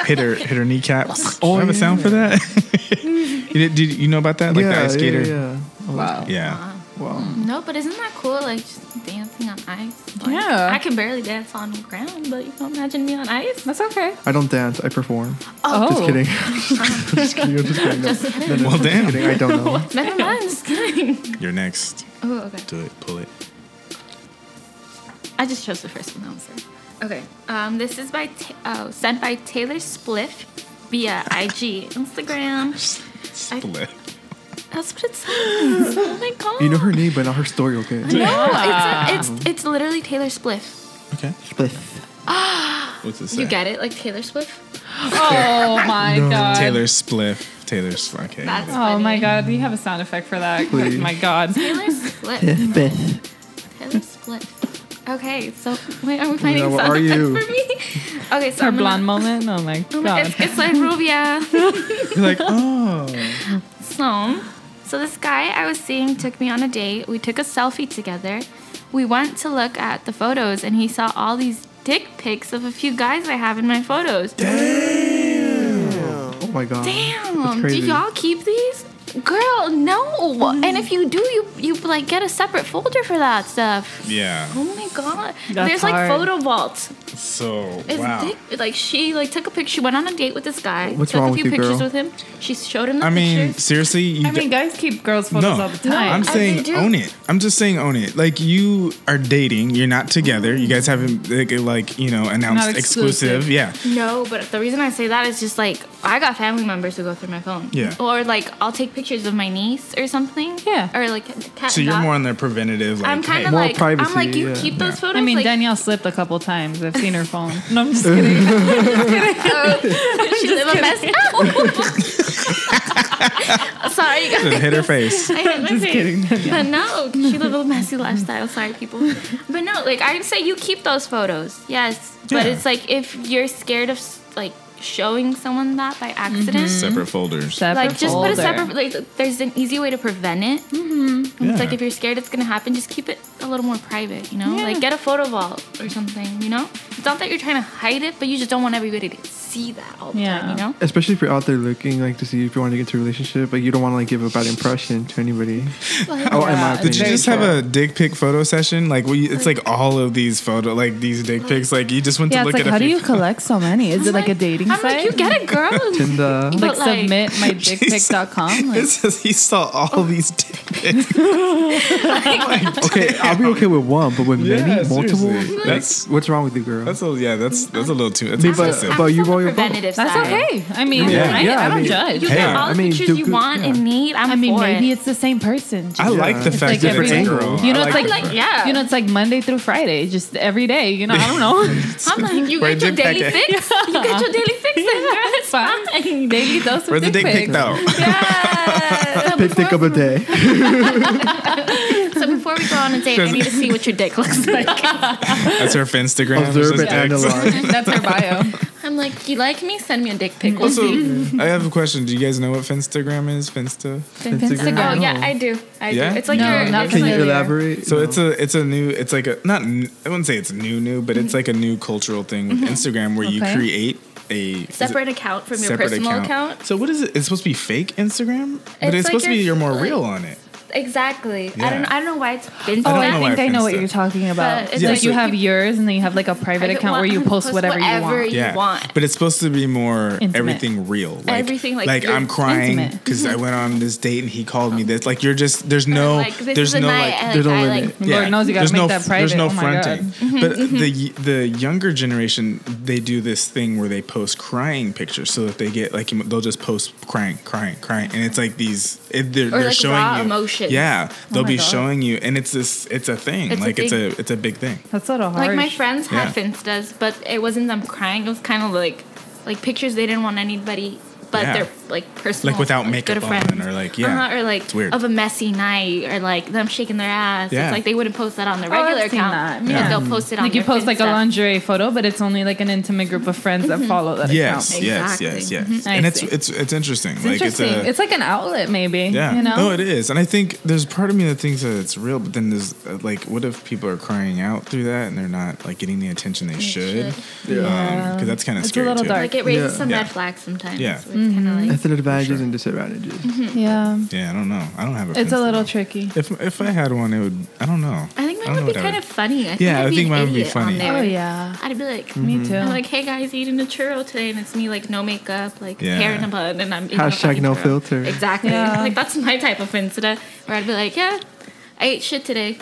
A: hit her hit her kneecaps. Do
C: Oh,
A: I have a sound
C: yeah.
A: for that? you did, did you know about that? Like the ice skater.
C: Yeah,
A: Yeah.
C: yeah.
D: Wow.
B: Oh,
C: Wow.
B: No, but isn't that cool? Like just dancing on ice. Like,
D: Yeah.
B: I can barely dance on the ground, but you can imagine me on ice.
D: That's okay.
C: I don't dance. I perform.
D: Oh,
C: Just kidding. just kidding. I'm just kidding. No,
B: Just
C: no, no,
A: Well, damn.
C: just kidding. I don't know.
B: Never mind. Just kidding.
A: You're next.
B: Oh, okay.
A: Do it. Pull it.
B: I just chose the first one. I'm sorry. Okay. Um, this is by Ta- oh, sent by Taylor Spliff via IG, Instagram.
A: Split.
B: That's what it says. oh my god.
C: You know her name, but not her story. Okay.
B: No, it's,
C: Um,
B: it's it's literally Taylor Spliff.
A: Okay. What's it say?
B: You get it, like Taylor Swift.
D: Oh my god.
A: Taylor Spliff. Taylor Spliff. Okay.
B: That's
D: Oh
B: funny.
D: my god. We have a sound effect for that.
C: Please.
D: My god.
B: Taylor Swift.
C: Beth.
B: Taylor Swift. Okay, so wait, are we finding
C: what
B: sound
C: are
B: effects
C: you?
B: for me? Okay, so
D: Her
B: I'm
D: blonde
B: gonna,
D: moment. Oh my
B: I'm gonna-
D: god.
B: It's, it's like Rubia.
A: You're like, oh.
B: So, so this guy I was seeing took me on a date. We took a selfie together. We went to look at the photos, and he saw all these dick pics of a few guys I have in my photos.
C: Oh my god. That's
B: Damn! Do
C: crazy.
B: y'all keep these? Girl, no. And if you do, you you like get a separate folder for that stuff.
A: Yeah.
B: Oh my god!
D: That's
B: There's
D: hard.
B: like photo vaults.
A: So
B: It's
A: wow.
B: dick- like she like took a picture. She went on a date with this guy.
C: What's
B: took
C: wrong
B: a
C: with
B: few
C: you,
B: pictures
C: girl?
B: with him. She showed him the
A: I mean,
B: pictures.
A: seriously, you
D: I mean, guys keep girls' photos all the time.
A: I'm
B: I
A: saying
B: think you do.
A: own it. I'm just saying own it. Like you are dating, you're not together. You guys haven't like, uh, like you know announced
D: Not
A: exclusive.
D: exclusive.
A: Yeah,
B: No, but the reason I say that is just like I got family members who go through my phone.
A: Yeah.
B: Or like I'll take pictures of my niece or something.
D: Yeah.
B: Or like the cat.
A: so you're
B: dog.
A: more on the preventative. Like,
B: I'm kind of
A: hey,
C: More
B: like I'm
C: privacy,
B: like you
C: yeah.
B: keep those photos.
D: I mean,
B: like,
D: Danielle slipped a couple times. I've seen her phone. No, I'm just kidding.
B: Oh, she live a best. Sorry, guys.
A: hit her face.
B: I hit my face.
D: kidding,
B: But no, she lives a messy lifestyle. Sorry, people. But no, like I say, you keep those photos. Yes, but
A: Yeah.
B: it's like if you're scared of s- like showing someone that by accident,
A: Mm-hmm. Separate folders.
B: like just put a
D: folder.
B: separate. Like there's an easy way to prevent it.
A: Yeah.
B: It's like if you're scared it's gonna happen, just keep it a little more private. You know,
D: Yeah.
B: like get a photo vault or something. You know, it's not that you're trying to hide it, but you just don't want everybody to see. see that all the
D: Yeah.
B: time, you know?
C: Especially if you're out there looking like to see if you want to get into a relationship, like you don't want to like give a bad impression to anybody.
B: Like,
C: Oh, in
D: Yeah,
C: my opinion.
A: Did you just have a dick pic photo session? Like, we, it's like all of these photo, like these dick pics. Like, you just went
D: Yeah,
A: to
D: it's
A: look
D: like
A: at
D: how
A: a
D: do
A: few.
D: you collect so many? Is it like a dating
B: I'm
D: site?
B: like, you get it, girl.
C: Tinder.
B: But,
D: like,
B: like-
D: submit my dickpic.com. Like,
A: it says he saw all these dick pics.
C: Okay, I'll be okay with one, but with
A: Yeah,
C: many, multiple,
A: seriously.
C: like,
A: That's-
C: what's wrong with the girl?
A: That's a yeah. That's that's a little too. That's
C: but-
A: excessive.
B: I'm
C: but you
B: from
C: roll
B: the
C: your boat.
B: preventative
D: that's
B: side.
D: okay. I mean,
A: Yeah.
D: I,
C: Yeah,
D: I
C: I
D: don't
C: mean-
D: judge.
B: You
A: Hey,
B: get all
C: I
B: the
C: mean,
B: pictures
C: do
B: you
C: good-
B: want
C: yeah.
B: and need. I'm
D: I mean,
B: for
D: maybe
B: it.
D: it's the same person.
A: I like the
C: It's
A: fact
D: like
A: that
D: every
A: it's a
D: day.
A: girl.
D: You know,
A: I
D: it's
A: like,
D: like-
A: the-
B: like yeah.
D: You know, it's like Monday through Friday, just every day. You know, I don't know.
B: I'm like, you
A: Where's
B: get your
A: the
B: daily
A: packet?
B: fix. You get your daily fix, then, girl. It's fine.
D: Daily dose of
A: Where's the dick pic
D: pics.
A: though?
B: Yeah.
C: Pick dick up a day.
B: So before we go on a date, I need to see what your dick looks like.
A: That's her Instagram.
C: Observe
A: It's
C: and
A: just dicks.
C: analyze.
D: That's her bio.
B: I'm like, you like me? Send me a dick pic. We'll
A: Also,
B: see.
A: I have a question. Do you guys know what Finstagram is? Finsta.
B: Oh
D: Instagram.
B: yeah, I do. I
A: Yeah?
B: do. It's like
D: No,
B: your
D: not
B: it's
C: Can you
D: Familiar.
C: elaborate?
A: So
C: No.
A: it's a it's a new it's like a not n- I wouldn't say it's new new, but it's like a new cultural thing with Instagram where you
D: Okay.
A: create a is it-
B: separate account from your
A: separate
B: personal account.
A: So what is it? It's supposed to be fake Instagram, but it's,
B: It's like
A: supposed to be
B: your-
A: you're more
B: like-
A: real on it.
B: Exactly. I don't.
A: Yeah.
B: I don't know why it's been.
D: Oh,
A: don't
D: I,
A: know why
D: think I
A: I
D: know what
A: fixed
D: you're
A: it.
D: talking about.
B: But
D: It's
B: it's
D: like
A: like
D: you
A: you
D: have
B: keep-
D: yours, and then you have like a private
B: Private
D: account where
B: one,
D: you post whatever,
B: whatever
D: you want.
B: you- want.
A: But it's supposed to be more
D: Intimate.
A: everything real. Like,
B: Everything, like, you're Mm-hmm.
A: I'm crying
D: intimate.
A: because I went on this date and he called me this. Like you're just there's no
B: like, this
A: there's
B: is a
A: no
B: night,
A: like
B: I,
C: there's no
B: I,
C: limit.
B: like, Mm-hmm.
D: Lord knows you gotta
A: there's
D: make
A: no,
D: that
A: f-
D: private.
A: There's no
D: Oh my God.
A: fronting. But the the younger generation, they do this thing where they post crying pictures so that they get like emo- they'll just post crying, crying, crying, and it's like these it, they're, they're
B: like,
A: showing
B: raw
A: you
B: emotions. Oh
A: Yeah, they'll
D: my
A: be
D: God.
A: showing you, and it's this it's a thing.
B: It's a
A: like it's
B: big-
A: a it's a big thing.
D: That's sort of hard.
B: like my friends had
A: Yeah.
B: finstas, but it wasn't them crying. It was kind of like like pictures they didn't want anybody, but
A: Yeah.
B: they're like personal,
A: Like, without
B: good
A: makeup on
B: friends.
A: or, like, yeah.
B: Uh-huh, or like
A: It's weird.
B: of a messy night, or like them shaking their ass.
A: Yeah.
B: It's like they wouldn't post that on their
D: Oh, I've
B: regular
D: seen
B: account.
D: that.
B: but
A: Yeah.
B: they'll post it on
D: Like you
B: their
D: post like a
B: Finsta.
D: lingerie photo, but it's only like an intimate group of friends
B: Mm-hmm.
D: that follow that
A: Yes,
D: account.
A: yes,
B: Exactly.
A: yes, yes,
D: I
A: And it's
D: see.
A: it's it's interesting.
D: It's interesting. It's,
A: It's a,
D: like an outlet, maybe.
A: yeah.
D: You know.
A: No, it is. And I think there's part of me that thinks that it's real, but then there's uh, like, what if people are crying out through that and they're not like getting the attention they, should?
B: should.
A: Because
D: Yeah.
A: that's kind of
D: It's a
A: scary.
D: little
A: too.
D: dark.
B: Like it raises
C: Yeah.
B: some
A: Yeah.
B: red flags sometimes.
A: Yeah.
B: So it's kind
D: Mm-hmm.
B: of like
C: That's an advantages and disadvantages.
B: Mm-hmm.
D: Yeah.
A: Yeah, I don't know. I don't have a.
D: It's a
A: Finsta.
D: little tricky.
A: If if I had one, it would. I don't know.
B: I think
A: don't
B: mine
A: know
B: would
A: what
B: be
A: I
B: kind of funny. I think
A: Yeah,
B: I'd
A: I
B: be
A: think
B: an
A: mine would be
B: idiot
A: funny.
B: On there.
D: Oh yeah.
B: I'd be like,
A: Mm-hmm.
D: Me too.
B: I'm like, hey guys, eating a churro today, and it's me like no makeup, like
A: Yeah.
B: hair in a bun, and I'm eating a
C: Hashtag
B: fucking
C: no
B: churro.
C: filter.
B: Exactly.
D: Yeah.
B: Like that's my type of incident where I'd be like, yeah, I ate shit today.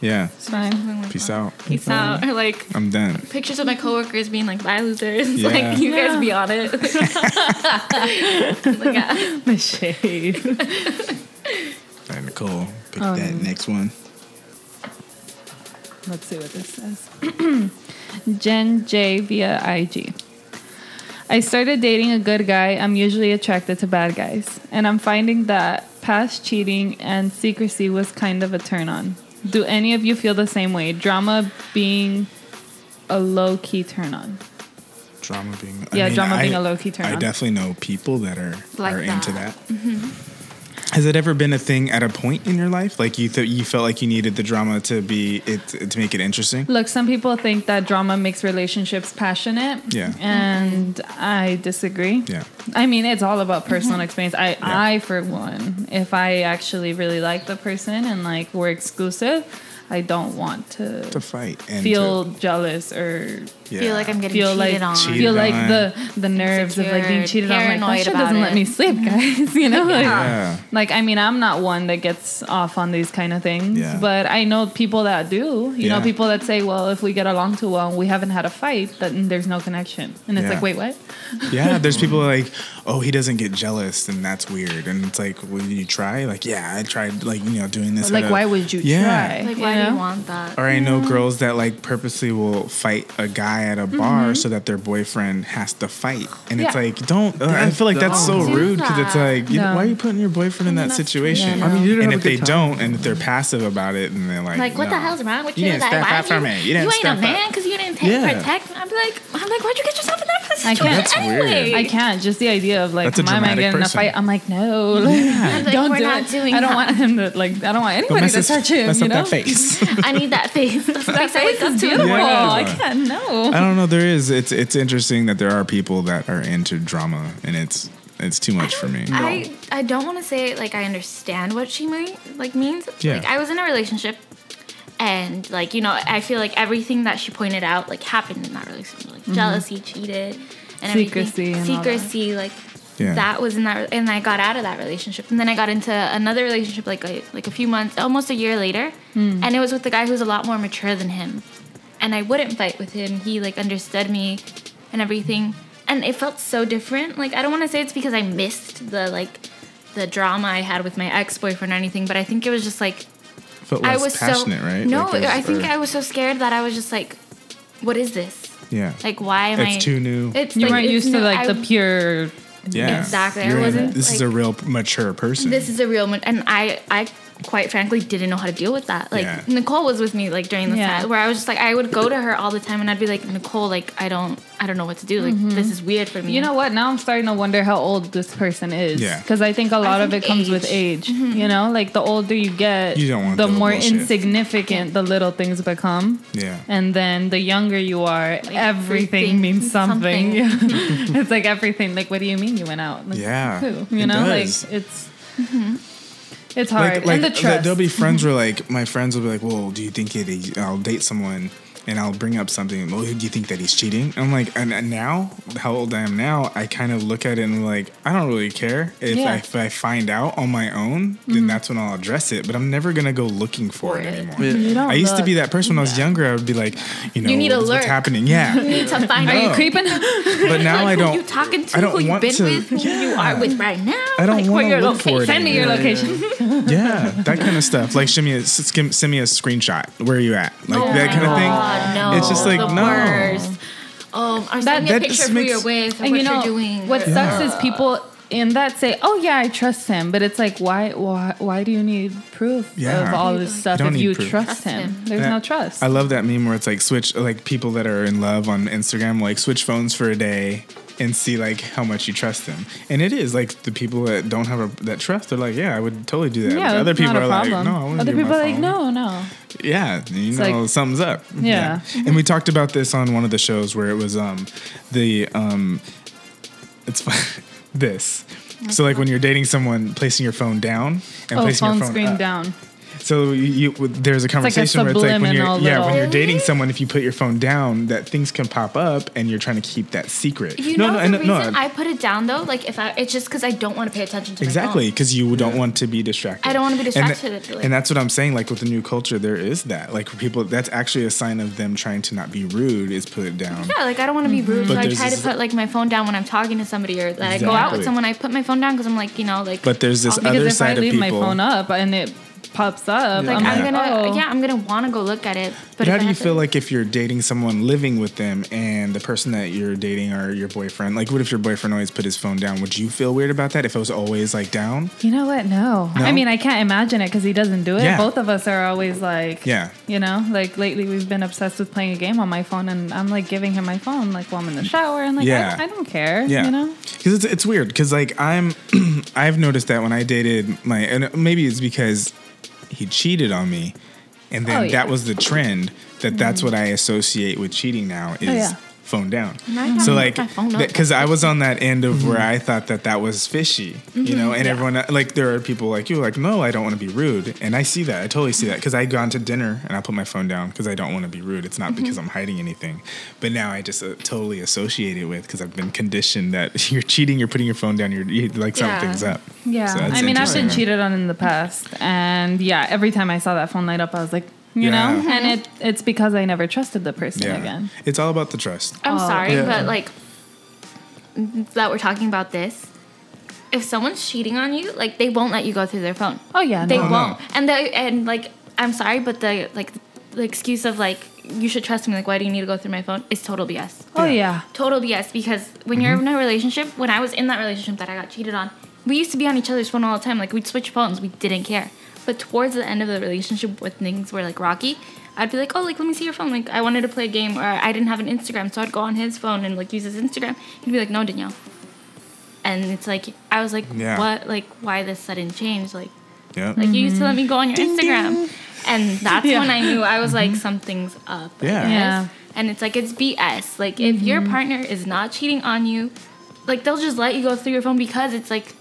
A: Yeah.
D: it's fine.
B: Something like
A: Peace
B: that.
A: out.
B: Peace out. Or like
A: I'm done.
B: pictures of my coworkers being like, bye losers.
A: Yeah.
B: Like you
D: Yeah.
B: guys be on it. like, yeah.
D: The shade.
A: All right, Nicole, pick
D: Um,
A: that next one.
D: Let's see what this says. Jen J via IG. I started dating a good guy. I'm usually attracted to bad guys. And I'm finding that past cheating and secrecy was kind of a turn on. Do any of you feel the same way? Drama being a low key turn on.
A: Drama being.
D: Yeah,
A: I mean,
D: drama
A: I-
D: being a low-key turn
A: I
D: on.
A: definitely know people that are
B: Like
A: are into that.
B: that. Mm-hmm.
A: Has it ever been a thing at a point in your life, like you th- you felt like you needed the drama to be it to make it interesting?
D: Look, some people think that drama makes relationships passionate.
A: Yeah.
D: And I disagree.
A: Yeah.
D: I mean, it's all about personal
A: Mm-hmm.
D: experience. I, I, for one, if I actually really like the person and like we're exclusive, I don't want to,
A: To fight and
D: feel
A: to,
D: jealous or
A: yeah.
B: Feel like I'm getting
D: feel
B: cheated
D: like
B: on.
A: Cheated
D: feel like
A: on.
D: the the nerves of like being
B: Insecure,
D: cheated on. Like that
B: paranoid
D: shit
B: about
D: doesn't let
B: it.
D: me sleep, guys. You know, like,
A: Yeah.
D: like I mean, I'm not one that gets off on these kind of things,
A: Yeah.
D: but I know people that do. You
A: Yeah.
D: know, people that say, "Well, if we get along too well, and we haven't had a fight, then there's no connection." And it's
A: Yeah.
D: like, wait, what?
A: Yeah, there's people like, oh, he doesn't get jealous, and that's weird. And it's like, well, you try? Like, yeah, I tried, like, you know, doing this. at
D: Like,
A: a-
D: why would you
A: Yeah.
D: try?
B: Like why do
D: know?
B: you want that?
A: Or I know girls that like purposely will fight a guy at a bar
B: Mm-hmm.
A: so that their boyfriend has to fight, and it's
D: Yeah.
A: like, don't. uh, I feel like that's so
B: Don't do
A: rude because it's
B: that.
A: like, you
D: No.
A: why are you putting your boyfriend in that situation?
D: yeah,
C: I mean, you didn't
A: and
C: have
A: if
C: a
A: they
C: good time.
A: don't, and if they're passive about it, and they're like,
B: Like what the
A: "No."
B: hell's wrong with
A: You
B: you?
A: didn't
B: like
A: step
B: why
A: up for
B: you,
A: me. You
B: you
A: didn't
B: ain't
A: step
B: a
A: up.
B: man because you didn't take
A: Yeah.
B: protect. me. I'm like I'm like why'd you get yourself in that That's
D: I can't.
A: That's weird.
D: I can't. Just the idea of like
A: That's a
D: my man
A: dramatic
D: getting in a
A: person.
D: fight. I'm like, no, like,
B: like,
D: don't
B: we're
D: do
B: not
D: it.
B: doing
D: I don't
B: that.
D: want him to like. I don't
A: Don't
D: want anybody
A: mess
D: to
A: his-
D: touch him.
A: mess
D: You
A: up
D: know,
A: that face.
B: I need that face. That's Uh, the
D: that
B: face I
D: face
B: wake up
D: is
B: to in the
D: beautiful.
B: morning.
A: Yeah.
D: I can't. No.
A: I don't know. There is. It's it's interesting that there are people that are into drama, and it's it's too much for me.
B: I, I don't want to say like I understand what she mean, like means.
A: Yeah.
B: Like I was in a relationship and like you know, I feel like everything that she pointed out like happened in that relationship. Like jealousy, cheated, and
D: Mm-hmm. Secrecy
B: everything.
D: and all that.
B: secrecy like
A: Yeah.
B: that was in that re- and I got out of that relationship. And then I got into another relationship like a, like a few months, almost a year later,
D: Hmm.
B: and it was with a guy who's a lot more mature than him. And I wouldn't fight with him. He like understood me and everything. And it felt so different. Like I don't want to say it's because I missed the like the drama I had with my ex-boyfriend or anything, but I think it was just like
A: Felt
B: I
A: less
B: was
A: passionate,
B: so
A: right?
B: No,
A: Like, there's-
B: I think
A: or-
B: I was so scared that I was just like what is this?
A: Yeah.
B: Like why am I
A: It's too new.
B: It's
D: You
B: like,
D: weren't
B: it's
D: used to
B: new-
D: like
B: I-
D: the pure.
A: yeah.
B: Exactly. I
A: You're in-
B: wasn't,
A: This is
B: like-
A: a real mature person.
B: This is a real one, and I, I quite frankly didn't know how to deal with that. Like
A: Yeah.
B: Nicole was with me like during the
D: Yeah.
B: time where I was just like I would go to her all the time, and I'd be like Nicole, like I don't, I don't know what to do. Like this is weird for me.
D: You know what? Now I'm starting to wonder how old this person is.
A: Yeah.
D: Because I think a lot of
B: think
D: it comes with
B: age. Mm-hmm.
D: age. You know, like the older you get,
A: You don't want
D: the
A: the
D: more
A: bullshit.
D: insignificant the little things become.
A: yeah.
D: And then the younger you are, everything
B: everything
D: means
B: means
D: something.
B: something.
D: Yeah. it's like everything. Like, what do you mean you went out? Like,
A: Yeah,
D: Who? You
A: it
D: know,
A: does.
D: like it's mm-hmm. it's hard. and the
A: th-
D: trust.
A: There'll be friends where like my friends will be like, "Well, do you think it is, I'll date someone?" And I'll bring up something. Well, do you think that he's cheating? I'm like, and, and now, how old I am now, I kind of look at it and like, I don't really care if,
D: Yeah. Mm-hmm.
A: I, if I find out on my own. Then that's when I'll address it. But I'm never gonna go looking for,
B: For
A: it
B: it.
A: anymore.
D: You don't
A: I used to
D: look.
A: be that person when I was younger. I would be like, you know,
B: need to
A: what's,
B: lurk.
A: what's happening? Yeah,
B: to find
D: Are
B: out
D: you creeping?
A: but now I
B: like,
A: don't.
B: who you talking to,
A: I don't
B: who you
A: want
B: been
A: to-
B: with, who you are with right now.
A: I don't
B: like,
A: wanna
B: where your
A: look for it
B: location.
D: Send me your
C: Yeah, yeah.
D: location.
A: Yeah, that kind of stuff. Like, send me a, s- skim- send me a screenshot. Where are you at?
D: Oh
A: Like that kind of thing.
B: Oh God, no.
A: It's just like,
B: the
A: no.
B: Worst. Um, or send me a
A: that
B: picture
A: just
B: of who
A: makes-
B: you're with, or
D: and
B: what
D: you know
B: you're doing.
D: what
B: or-
D: sucks is people in that say, "Oh yeah, I trust him," but it's like, why, why, why do you need proof
A: Yeah.
D: of all this stuff
A: don't
D: if
A: need
D: you
A: proof.
D: trust,
B: Trust
D: him?
B: him.
D: There's
A: That-
D: no trust.
A: I love that meme where it's like switch like people that are in love on Instagram like switch phones for a day and see like how much you trust them. And it is like the people that don't have a, that trust, they're like, yeah, I would totally do that. But
D: yeah,
A: other
D: that's
A: people
D: not
A: are
D: a
A: like,
D: problem.
A: no, I wouldn't
D: other
A: do my
D: people are like,
A: phone."
D: no, no.
A: Yeah, you know,
D: like-
A: something's up.
D: Yeah.
A: And we talked about this on one of the shows where it was um the um it's fun- this. So like when you're dating someone, placing your phone down and
D: Oh,
A: placing
D: phone
A: your phone uh,
D: screen
A: up.
D: down.
A: So you, you there's a
D: like a
A: conversation where it's like when you're
D: subliminal
A: yeah when you're
D: little-
A: dating someone if you put your phone down that things can pop up and you're trying to keep that secret.
B: You know the reason I put it down though, like if I, it's just because I don't want to pay attention to
A: exactly
B: My phone.
A: because you don't want to be distracted.
B: I don't want to be
A: And
B: distracted,
A: tha-
B: like-
A: and that's what I'm saying. Like with the new culture, there is that like people. That's actually a sign of them trying to not be rude. Is put it down.
B: Yeah, like I don't want to be rude,
A: But
B: so I
A: there's
B: try to
A: this-
B: put like my phone down when I'm talking to somebody or that I go out
A: Exactly.
B: with someone. I put my phone down because I'm like, you know, like.
A: But there's
B: Oh,
A: this
D: Because
A: other
D: if I
A: side
D: leave
A: of
D: my
A: people.
D: phone up and it pops up,
A: Like,
D: I'm,
B: I'm
D: like,
B: gonna,
D: oh.
B: yeah, I'm gonna want to go look at it. But
A: But
B: if
A: how
B: I
A: do you
B: have to-
A: feel like if you're dating someone living with them and the person that you're dating or your boyfriend? Like, what if your boyfriend always put his phone down? Would you feel weird about that if it was always like down?
D: You know what? No.
A: No?
D: I mean, I can't imagine it because he doesn't do it.
A: Yeah.
D: Both of us are always like,
A: Yeah.
D: You know, like lately we've been obsessed with playing a game on my phone, and I'm like giving him my phone, like while I'm in the shower, and like,
A: Yeah.
D: I, don't, I don't care.
A: Yeah,
D: You know?
A: because it's it's weird. Because like I'm, I've noticed that when I dated my, and maybe it's because he cheated on me, and then
D: Oh, yeah. Mm-hmm.
A: that was the trend. That that's what I associate with cheating now is
D: Oh, yeah.
A: phone down.
B: I gotta
A: So
B: put
A: like,
B: my phone up.
A: because I was on that end of where
D: Mm-hmm.
A: I thought that that was fishy, you know, and everyone uh, like there are people like you like no, I don't want to be rude, and I see that I totally see that because I gone to dinner and I put my phone down because I don't want to be rude. It's not
D: Mm-hmm.
A: because I'm hiding anything, but now I just uh, totally associate it with because I've been conditioned that you're cheating, you're putting your phone down, you're, you like
B: Yeah.
A: something's up.
D: Yeah.
A: So that's
D: I mean, I've been
A: interesting.
D: cheated on in the past, and yeah, every time I saw that phone light up, I was like, you
A: Yeah.
B: Mm-hmm.
D: know? And it it's because I never trusted the person
A: Yeah,
D: again.
A: it's all about the trust.
B: I'm
D: Oh.
B: sorry,
C: Yeah.
B: but like that we're talking about this. If someone's cheating on you, like they won't let you go through their phone.
D: Oh, yeah.
B: they
D: no.
A: no.
B: won't. And they and like I'm sorry, but the like the excuse of like you should trust me. Like why do you need to go through my phone? Is total BS.
D: Oh, yeah.
B: Total BS because when you're in a relationship, when I was in that relationship that I got cheated on, we used to be on each other's phone all the time. Like we'd switch phones. We didn't care. But towards the end of the relationship, when things were like rocky, I'd be like, oh, like let me see your phone. Like I wanted to play a game, or I didn't have an Instagram, so I'd go on his phone and like use his Instagram. He'd be like, no, Danielle. And it's like I was like,
A: Yeah.
B: what? Like why this sudden change? Like
A: Yep.
B: like you used
A: Mm-hmm.
B: to let me go on your Instagram. And that's
D: Yeah.
B: when I knew I was like something's up.
A: Mm-hmm.
B: I
A: Yeah. Mm-hmm.
B: guess.
D: Yeah.
B: And it's like it's BS. Like if your partner is not cheating on you, like they'll just let you go through your phone because it's like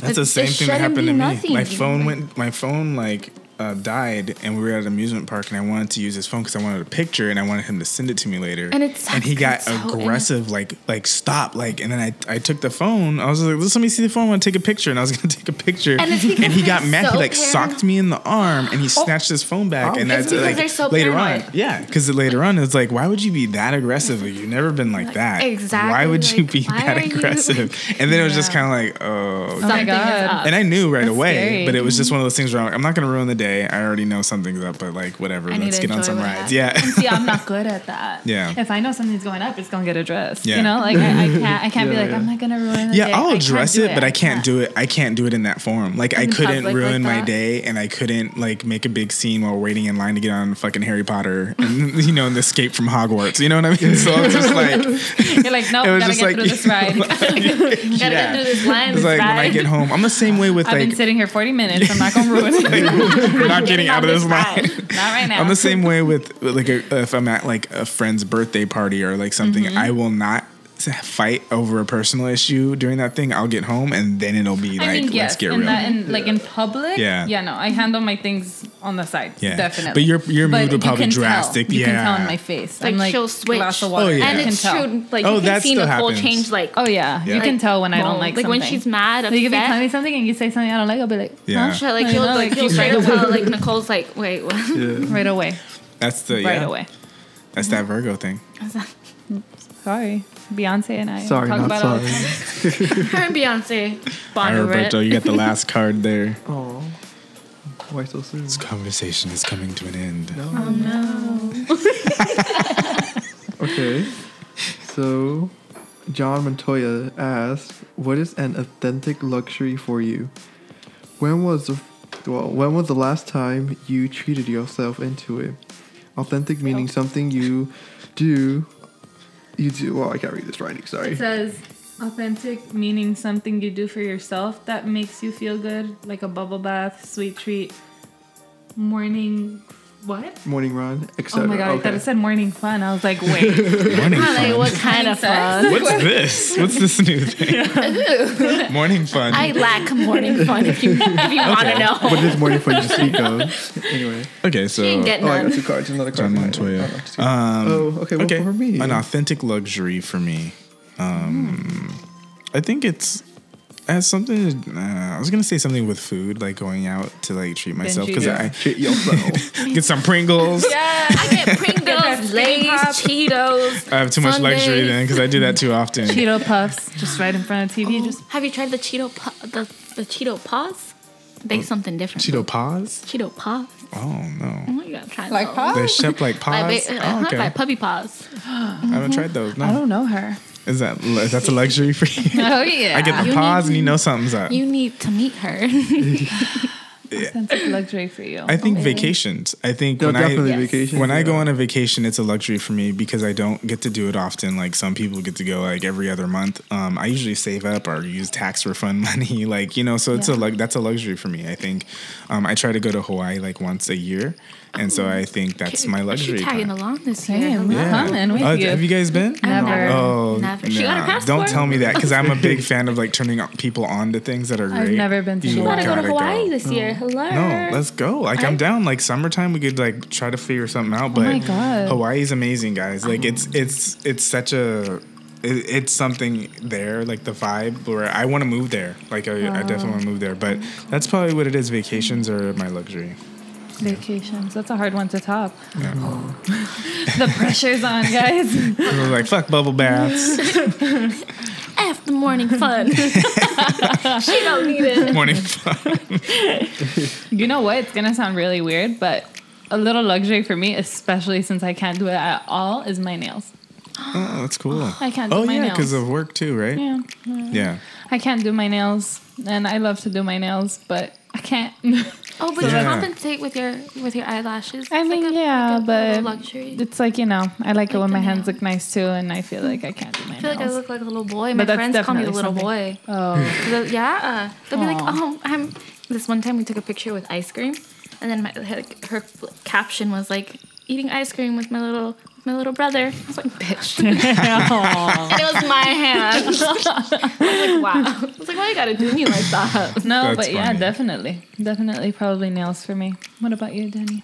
A: That's the
B: It-
A: same
B: it
A: thing that
B: shouldn't
A: happened
B: be
A: to me.
B: nothing.
A: My phone went. My phone like uh, died, and we were at an amusement park, and I wanted to use his phone because I wanted a picture, and I wanted him to send it to me later.
B: And it sucks
A: and he
B: 'cause
A: got
B: it's so innocent.
A: aggressive, like like stop, like. And then I I took the phone. I was like, let me see the phone. I want to take a picture, and I was gonna take a picture.
B: And it's because
A: he
B: they're
A: got mad.
B: so
A: he like
B: paranoid.
A: socked me in the arm, and he snatched his phone back. and that's
B: It's because
A: like
B: they're so
A: later on,
B: paranoid.
A: yeah, because later on it's like, why would you be that aggressive? Like, you've never been like that.
B: exactly,
A: Why would you
B: like,
A: be
B: why
A: that
B: are you-
A: aggressive? And then it was just
D: Yeah.
A: kind of like, oh,
D: my
B: something
D: God.
B: is up.
A: and I knew right
D: That's
A: away,
D: scary.
A: but it was just one of those things where I'm, like, I'm not going to ruin the day. I already know something's up, but like, whatever.
B: I need
A: Let's
B: to
A: get on
B: enjoy
A: some
B: what
A: rides.
B: happened.
A: Yeah.
D: See, I'm not good at that.
A: Yeah.
D: If I know something's going up, it's gonna get addressed.
A: Yeah.
D: You know, like I, I can't. I can't
C: Yeah,
D: be like,
C: yeah.
D: I'm not gonna ruin. The
A: Yeah,
D: day. I
A: I'll
D: can't
A: address
D: do
A: it, but I can't do it. I can't do it in that form. Like, I
B: In
A: couldn't
B: public like
A: ruin my
B: that.
A: day, and I couldn't like make a big scene while waiting in line to get on fucking Harry Potter, and you know, and escape from Hogwarts. You know what I mean? So I was just like,
D: You're like, no,
A: It was
D: Oh, gotta
A: just
D: get
A: like-
D: through this ride.
B: Gotta
A: yeah.
B: get through this line,
A: it's
B: this
A: like when I
B: ride.
A: get home, I'm the same way with
D: I've
A: like
D: been sitting here 40 minutes. I'm not gonna ruin it.
A: we're not getting out of
D: on
A: this
D: this
A: line.
D: ride. Not right now.
A: I'm the same way with with, like a, if I'm at like a friend's birthday party or like something, I will not s- fight over a personal issue during that thing. I'll get home and then it'll be like
D: I mean,
A: let's
D: yes,
A: get
D: in
A: real.
D: that, in, like in public.
A: Yeah.
D: Yeah, no, I handle my things on the side.
A: Yeah.
D: definitely.
A: But your- your mood would
D: But you
A: probably
D: can tell.
A: drastic-
D: You
A: yeah.
D: can tell in my face.
B: Like,
D: I'm like
B: she'll switch.
D: glass of water.
A: Oh, yeah.
D: I
B: And
D: can
B: it's
D: tell.
B: true. Like
A: Oh,
B: you
A: that
B: can see
A: still
B: Nicole
A: happens.
B: change like
D: Oh yeah, you
A: Yeah.
D: can tell when I don't
B: mold.
D: like.
B: like
D: something.
B: when she's mad, upset.
D: Like if you tell me something and you say something I don't like, I'll be like,
A: Yeah.
D: huh?
B: She'll, like
D: You
B: you'll
D: know,
B: like,
D: like,
B: you'll
D: you
B: straight
D: know.
B: up tell like Nicole's like wait what
C: Yeah.
D: right away,
A: that's the
D: right
A: yeah,
D: away.
A: That's that Virgo thing.
D: Sorry, Beyonce and I.
C: Sorry,
D: talk
C: not
D: about it all the
C: sorry.
D: time.
B: her and Beyonce
A: Hi,
B: bond over it.
A: Roberto, you got the last card there.
C: Aw. Why so soon?
A: This conversation is coming to an end.
C: No. Oh no. okay. So, John Montoya asked, "What is an authentic luxury for you? When was the well, when was the last time you treated yourself into it? Authentic meaning something you do." You do well. I can't read this writing. Sorry.
D: It says authentic, meaning something you do for yourself that makes you feel good, like a bubble bath, sweet treat, morning. What?
C: Morning run, etc.
D: Oh my god! I thought
C: Okay.
D: it said morning fun. I was like, wait,
A: Morning
B: Like,
A: fun.
B: what kind of
D: Sex?
B: fun?
A: What's this? What's this new thing? Morning fun.
B: I lack morning fun. If you if you want to know,
C: What is morning for you to speak of? Anyway.
A: okay, so
B: she ain't get
C: Oh, I got
B: none.
C: two cards. Another card.
A: John
C: for me.
A: Montoya.
C: Oh, two- oh, okay. Well,
A: okay.
C: for me,
A: An authentic luxury for me. Um, I think it's has something. To, uh, I was gonna say something with food, like going out to like treat myself because
D: cheating.
A: I
C: treat yourself.
A: get some Pringles.
D: yeah.
B: I get Pringles,
D: that
B: Lay's,
D: skinny pop.
B: Cheetos.
A: I have too much luxury
B: Sundays.
A: then because I do that too often.
D: Cheeto puffs, just right in front of TV. Just
B: Have you tried the Cheeto pa- the the Cheeto paws? They something different.
A: Mm. Cheeto paws?
B: Cheeto paws.
A: Oh no,
B: Oh, you gotta try those.
A: they're shaped like paws.
B: Like, ba-
A: oh,
B: uh-huh,
A: okay,
B: like puppy paws.
A: I haven't tried those.
D: I
A: No,
D: don't know her.
A: is that that's a luxury for you?
D: Oh yeah.
A: I get the
B: You
A: paws,
B: need-
A: and you know something's up.
B: You need to meet her.
D: sense of luxury for you.
A: I think vacations. I think
C: No,
A: when I
C: definitely
B: Yes.
C: vacation.
A: When I
C: yeah.
A: go on a vacation, it's a luxury for me because I don't get to do it often. Like some people get to go like every other month. Um, I usually save up or use tax refund money, like you know. So it's a
D: Yeah.
A: lu- that's a luxury for me. I think um, I try to go to Hawaii like once a year, and so I think that's my luxury.
B: She's
A: time.
B: tagging along this year.
D: Damn,
B: Hello.
D: we're coming with
A: Uh,
D: you.
A: Have you guys been?
D: Never.
A: Oh,
B: Never. She got her
A: nah.
B: passport.
A: Don't tell me that because I'm a big fan of like turning people on to things that are great.
D: I've never been to
A: You
B: You
D: Hawaii.
B: gotta go to
A: gotta go.
B: Hawaii this year. Hello.
A: No, let's go. Like I'm down. Like summertime, we could like try to figure something out. But
D: Oh my God. Oh.
A: Hawaii's amazing, guys. Like it's it's it's such a it, it's something there. Like the vibe where I want to move there. Like I, I definitely want to move there. But that's probably what it is. Vacations are my luxury.
D: Vacations. That's a hard one to top. the pressure's on, guys.
A: I was like fuck bubble baths,
B: F the morning fun. she don't need it.
A: morning fun.
D: You know what? It's gonna sound really weird, but a little luxury for me, especially since I can't do it at all, is my nails.
A: Oh, that's cool.
D: I can't do
A: Oh
D: my
A: yeah,
D: nails.
A: because of work too, right?
D: Yeah.
A: Yeah.
D: I can't do my nails, and I love to do my nails, but I can't.
B: Oh, but
A: Yeah.
B: you compensate with your with your eyelashes.
D: I
B: It's
D: mean,
B: like a-
D: yeah,
B: like a
D: but
B: little luxury.
D: it's like you know, I like
B: Like
D: it when
B: the
D: my
B: nails.
D: hands look nice too, and I feel like I can't do my
B: I feel like I
D: nails.
B: look like a little boy. My
D: But that's
B: friends call me the
D: definitely
B: little
D: something.
B: boy.
D: oh,
B: The- yeah, they'll be like,
D: Aw.
B: oh, I'm. This one time we took a picture with ice cream, and then my, her, her caption was like, "Eating ice cream with my little with my little brother." I was like, "Bitch," and
D: Aw.
B: it was my hand. I was like, "Wow." I was like, "Why you gotta do me like that?"
D: no,
A: That's
D: but yeah,
A: funny.
D: definitely, definitely, probably nails for me. What about you, Danny?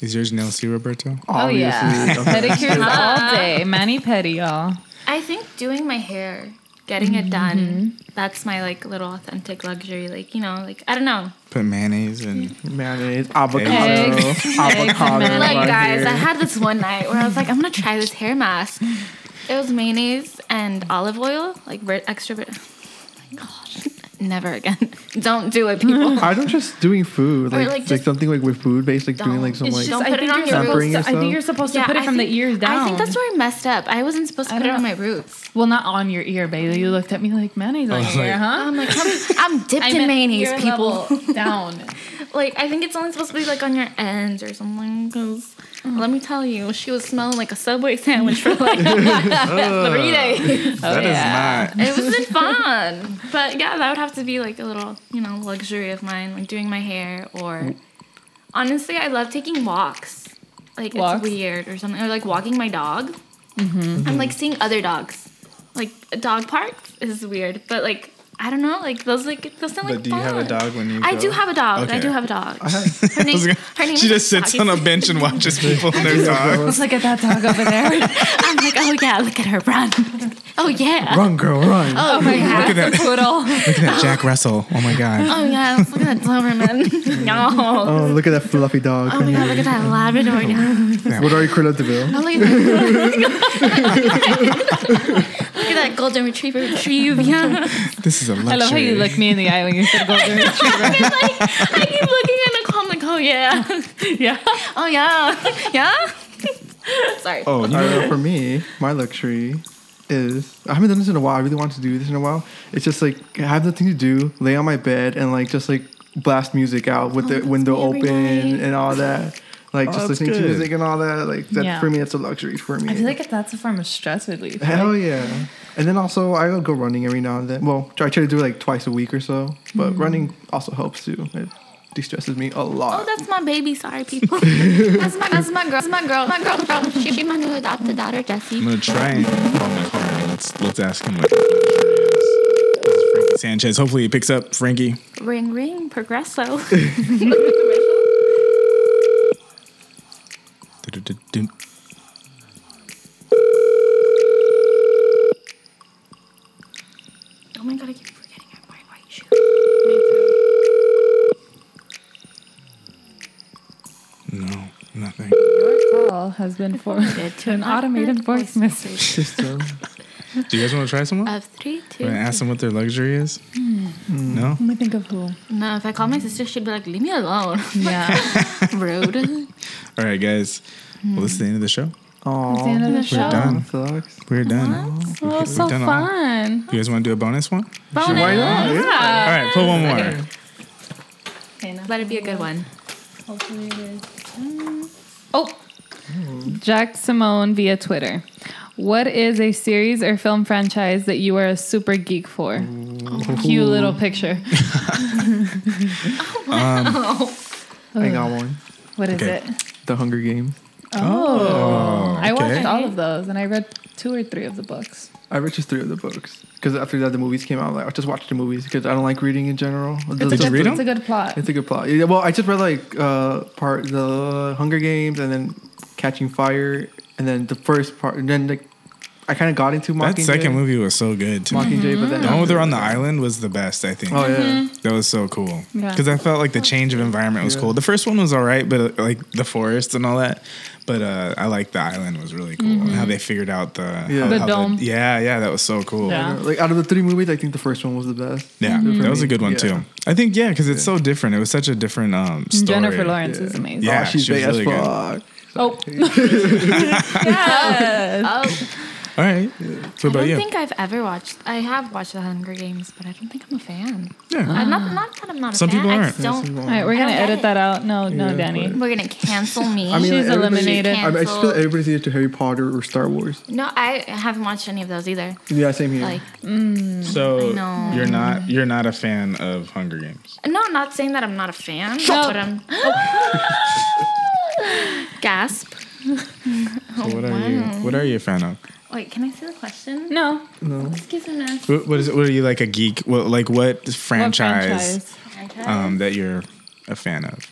A: Is yours nail too, Roberto?
D: Oh yeah,
C: Obviously.
D: pedicures all day, mani pedi, y'all.
B: I think doing my hair, getting it done, that's my like little authentic luxury. Like you know, like I don't know.
A: Put mayonnaise and
C: Mayonnaise, avocado,
D: Eggs. Eggs and
C: avocado. in
D: mayonnaise.
B: Like
C: my
B: guys, I
C: hair.
B: had this one night where I was like, I'm gonna try this hair mask. It was mayonnaise and olive oil, like vir- extra. Vir- oh my gosh, never again. Don't do it, people.
C: I don't just doing food,
B: Or,
C: like,
B: like,
C: like,
B: just-
C: something like with food based, like doing
B: Don't.
C: like some
B: It's
C: like.
B: just- Don't put it on your
D: supposed
C: Pampering
D: to- I think
C: yourself?
D: you're supposed to put it
B: I
D: from
B: think-
D: the ears down.
B: I think that's where I messed up. I wasn't supposed to
D: I
B: put it
D: don't
B: on
D: know.
B: my roots.
D: well, not on your ear, Bailey. You looked at me like mayonnaise on
A: was
D: your ear,
A: like-
D: huh?
B: I'm like, I'm, I'm dipped in
D: meant
B: mayonnaise,
D: ear
B: people.
D: level down.
B: Like, I think it's only supposed to be like on your ends or something. Because
D: Oh.
B: let me tell you, she was smelling like a Subway sandwich for like three days.
D: Oh,
A: that is not.
B: It wasn't fun. But yeah, that would have to be like a little, you know, luxury of mine, like doing my hair
A: Mm.
B: or honestly, I love taking walks. Mm-hmm. Like
D: Walks?
B: it's weird or something. Or like walking my dog. I'm like seeing other dogs. Like a dog park is weird, but like I don't know, like those like those sound
A: But
B: like
A: do you have a
B: fun.
A: dog when you
B: I
A: go?
B: do have a dog. I
A: Okay.
B: do have a dog.
A: I
B: Her name,
A: was gonna-
B: her name
A: she
B: is
A: just sits on a
B: Saki.
A: bench and watches people and their dogs.
D: Let's look at that dog over there.
B: I'm like, oh yeah, look at her run. oh yeah.
C: Run, girl, run.
B: Oh my god.
A: Look at that.
D: Poodle.
A: Look at that Jack Russell. Oh my god.
B: Oh yeah, look at that Doberman. no.
C: Oh, look at that fluffy dog.
B: Oh my god, look at that Labrador. Yeah.
C: What are you, Cruella de Vil?
B: Oh, look at that. look at that golden retriever retrieve. Yeah.
A: This is a luxury.
D: I love how you look me in the eye when you said golden retriever.
B: It's like, I keep looking at Nicole. I'm like, oh yeah,
D: yeah.
B: oh yeah, yeah. Sorry.
A: Oh, you
C: I
A: know,
C: don't know, Uh, for me, my luxury is I haven't done this in a while. I really want to do this in a while. It's just like I have nothing to do, lay on my bed and like just like blast music out with the window
B: Oh, me every
C: open
B: night.
C: and all that. Like just
A: that's
C: listening
A: good.
C: to music and all that. Like that
D: Yeah.
C: for me, it's a luxury for me.
D: I feel like that's a form of stress relief.
C: Hell yeah! And then also I would go running every now and then. Well, I try to do it like twice a week or so. But
A: Mm.
C: running also helps too. It de-stresses me a lot.
B: Oh, that's my baby. Sorry, people. that's my that's my girl. That's my girl. My girl. girl. She be my new adopted daughter,
A: I'm
B: Jessie.
A: gonna try and call my phone. Let's let's ask him what his luxury is. This is Frankie Sanchez. Hopefully he picks up Frankie.
B: Ring ring, Progresso. Oh
A: Du-du-du-du.
B: Oh my god, I keep forgetting I have my white shoe.
A: No, nothing.
D: Your call oh, has been forwarded to an automated voice message.
C: System.
A: Do you guys want to try
D: Uh,
A: someone?
B: Of three, two.
A: Want to ask them what their luxury is? No.
D: Let me think of who.
B: No, if I call my sister, she'd be like, "Leave me alone."
D: Yeah.
B: Rude. That's
A: All right, guys. Well, this is the end of the show.
D: That's the end
C: Aww.
D: of the
B: We're
D: show.
A: done.
C: Sucks.
A: We're done.
D: Oh, so
A: done all.
D: fun.
A: You guys want to do a bonus one?
B: Bonus.
C: Why not?
A: All right, pull
D: Uh,
A: one more.
B: Let it be a good one.
D: Hopefully it is. Oh, Jack Simone via Twitter. What is a series or film franchise that you are a super geek for? Cute little picture.
C: I got one.
D: What is
A: Okay.
D: it?
C: The Hunger Games.
D: Oh, I
A: okay.
D: watched all of those and I read two or three of the books.
C: I read just three of the books because after that the movies came out. Like I just watched the movies because I don't like reading in general.
D: It's
C: It's
D: a
A: Did you
D: good,
A: read 'em?
D: It's a good plot.
C: it's a good plot. Yeah, well, I just read like uh, part the Hunger Games and then Catching Fire and then the first part and then like I kind of got into Mockingjay.
A: That second movie was so good. To me.
C: Mockingjay, but then
A: The one where they're on the island was the best, I think.
C: Oh yeah,
A: That was so cool.
D: Yeah.
A: Because I felt like the change of environment was
C: Yeah.
A: cool. The first one was all right, but uh, like the forest and all that. But uh, I like the island was really cool and how they figured out the
C: Yeah.
A: how,
C: The
A: how
D: dome.
A: yeah, yeah, that was so cool.
D: Yeah.
C: Yeah, like out of the three movies, I think the first one was the best.
A: Yeah, that was a good one
C: Yeah.
A: too. I think yeah, because it's so different. It was such a different um, story.
D: Jennifer Lawrence is amazing.
A: Yeah,
C: oh, she's
A: she was
C: big as
A: really good.
C: fuck.
D: Oh. yes.
B: Oh,
A: All right. What
B: I
A: about
B: don't
A: you?
B: think I've ever watched. I have watched The Hunger Games, but I don't think I'm a fan.
A: yeah.
B: I'm not not that I'm not a
A: Some
B: fan.
A: people
B: I
A: aren't.
B: just
C: Yeah, some
B: don't.
C: people
D: All right, we're
B: I
D: gonna
B: don't get
D: edit
B: it.
D: that out. No, no,
C: Yeah,
D: Danny.
C: but-
B: We're gonna cancel me.
D: mean- She's
C: everybody-
D: eliminated.
C: I, mean, I just feel everybody's either to Harry Potter or Star Wars.
B: no, I haven't watched any of those either.
C: Yeah, same here.
B: Like,
A: So
B: No.
A: you're not you're not a fan of Hunger Games.
B: no, I'm not saying that I'm not a fan,
D: Shut
B: but
D: up.
B: I'm. Gasp!
A: So what are you what are you a fan of?
B: Wait, can I see the question?
D: No,
C: no.
B: Excuse me, ma'am.
A: What, what is it, what are you like a geek? What like what
D: What
A: franchise,
B: Uh,
A: um that you're a fan of?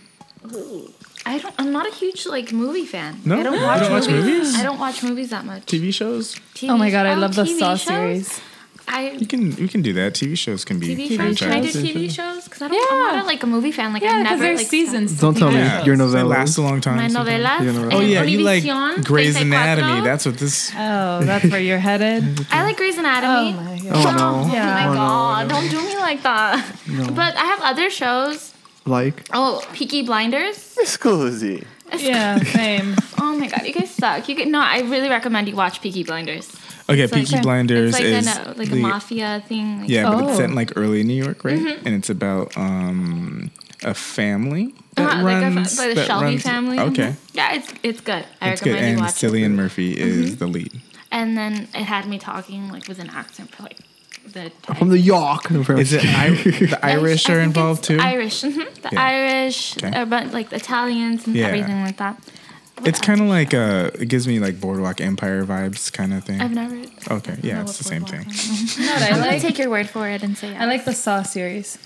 B: I don't. I'm not a huge like movie fan.
A: No?
B: I don't
A: You
B: watch,
A: don't watch
B: movies.
A: movies?
B: I don't watch movies that much.
A: TV shows?
B: TV
D: Oh my god, I
B: oh,
D: love the
B: TV
D: Saw
B: shows?
D: series.
A: You
B: I
A: can you can do that. TV shows can be
B: TV shows. Can I do
A: franchises.
B: TV shows? Because I don't. I'm
D: Yeah.
B: not a, like a movie fan. Like I
D: Yeah,
B: never
D: because there's
B: like,
D: seasons. to
C: Don't tell
D: TV
C: me
A: Yeah,
D: shows.
C: you're
A: they
C: novellas.
A: last a long time.
B: My
A: sometimes.
B: novelas.
C: Yeah, novelas.
A: Oh
B: and
A: yeah, you like
B: Univision,
A: Grey's
B: 34.
A: Anatomy. That's what this.
B: Uh,
D: Oh, that's where you're headed.
B: I like Grey's Anatomy.
D: Oh my
C: Oh no.
B: Oh my
D: Yeah.
C: Oh, no,
B: god! Don't do me like that. But I have other shows.
C: Like,
B: Oh, Peaky Blinders.
F: Scusi.
D: Yeah, same.
B: Oh my god, you guys suck. You can, no, I really recommend you watch Peaky Blinders.
A: Okay,
B: like-
A: Peaky Blinders
B: it's like
A: is
B: an, uh, like
A: the-
B: a mafia Mm-hmm. thing. Like,
A: Yeah, but it's
D: Oh.
A: set in like early New York, right? And it's about um a family that
B: Uh-huh, like a fa-
A: runs
B: like the
A: that
B: Shelby
A: runs-
B: family.
A: Okay,
B: Mhm. Yeah, it's it's good. I
A: that's good.
B: recommend you
A: And
B: watch
A: Cillian
B: it. Mm-hmm.
A: Murphy is the lead.
B: And then it had me talking like with an accent for like the
C: from the York. No,
A: Is it I, the Irish
B: I
A: are
B: think
A: involved
B: it's
A: too?
B: Irish, mhm. the
A: Yeah.
B: Irish,
A: Okay.
B: uh, but like the Italians and
A: Yeah.
B: everything like that. What
A: It's
B: else?
A: kind of like uh, it gives me like Boardwalk Empire vibes kind of thing.
B: I've never.
A: okay, yeah, it's the same
B: Boardwalk
A: thing.
D: You know what I
B: I'm gonna
D: like?
B: take your word for it and say yes.
D: I like the Saw series.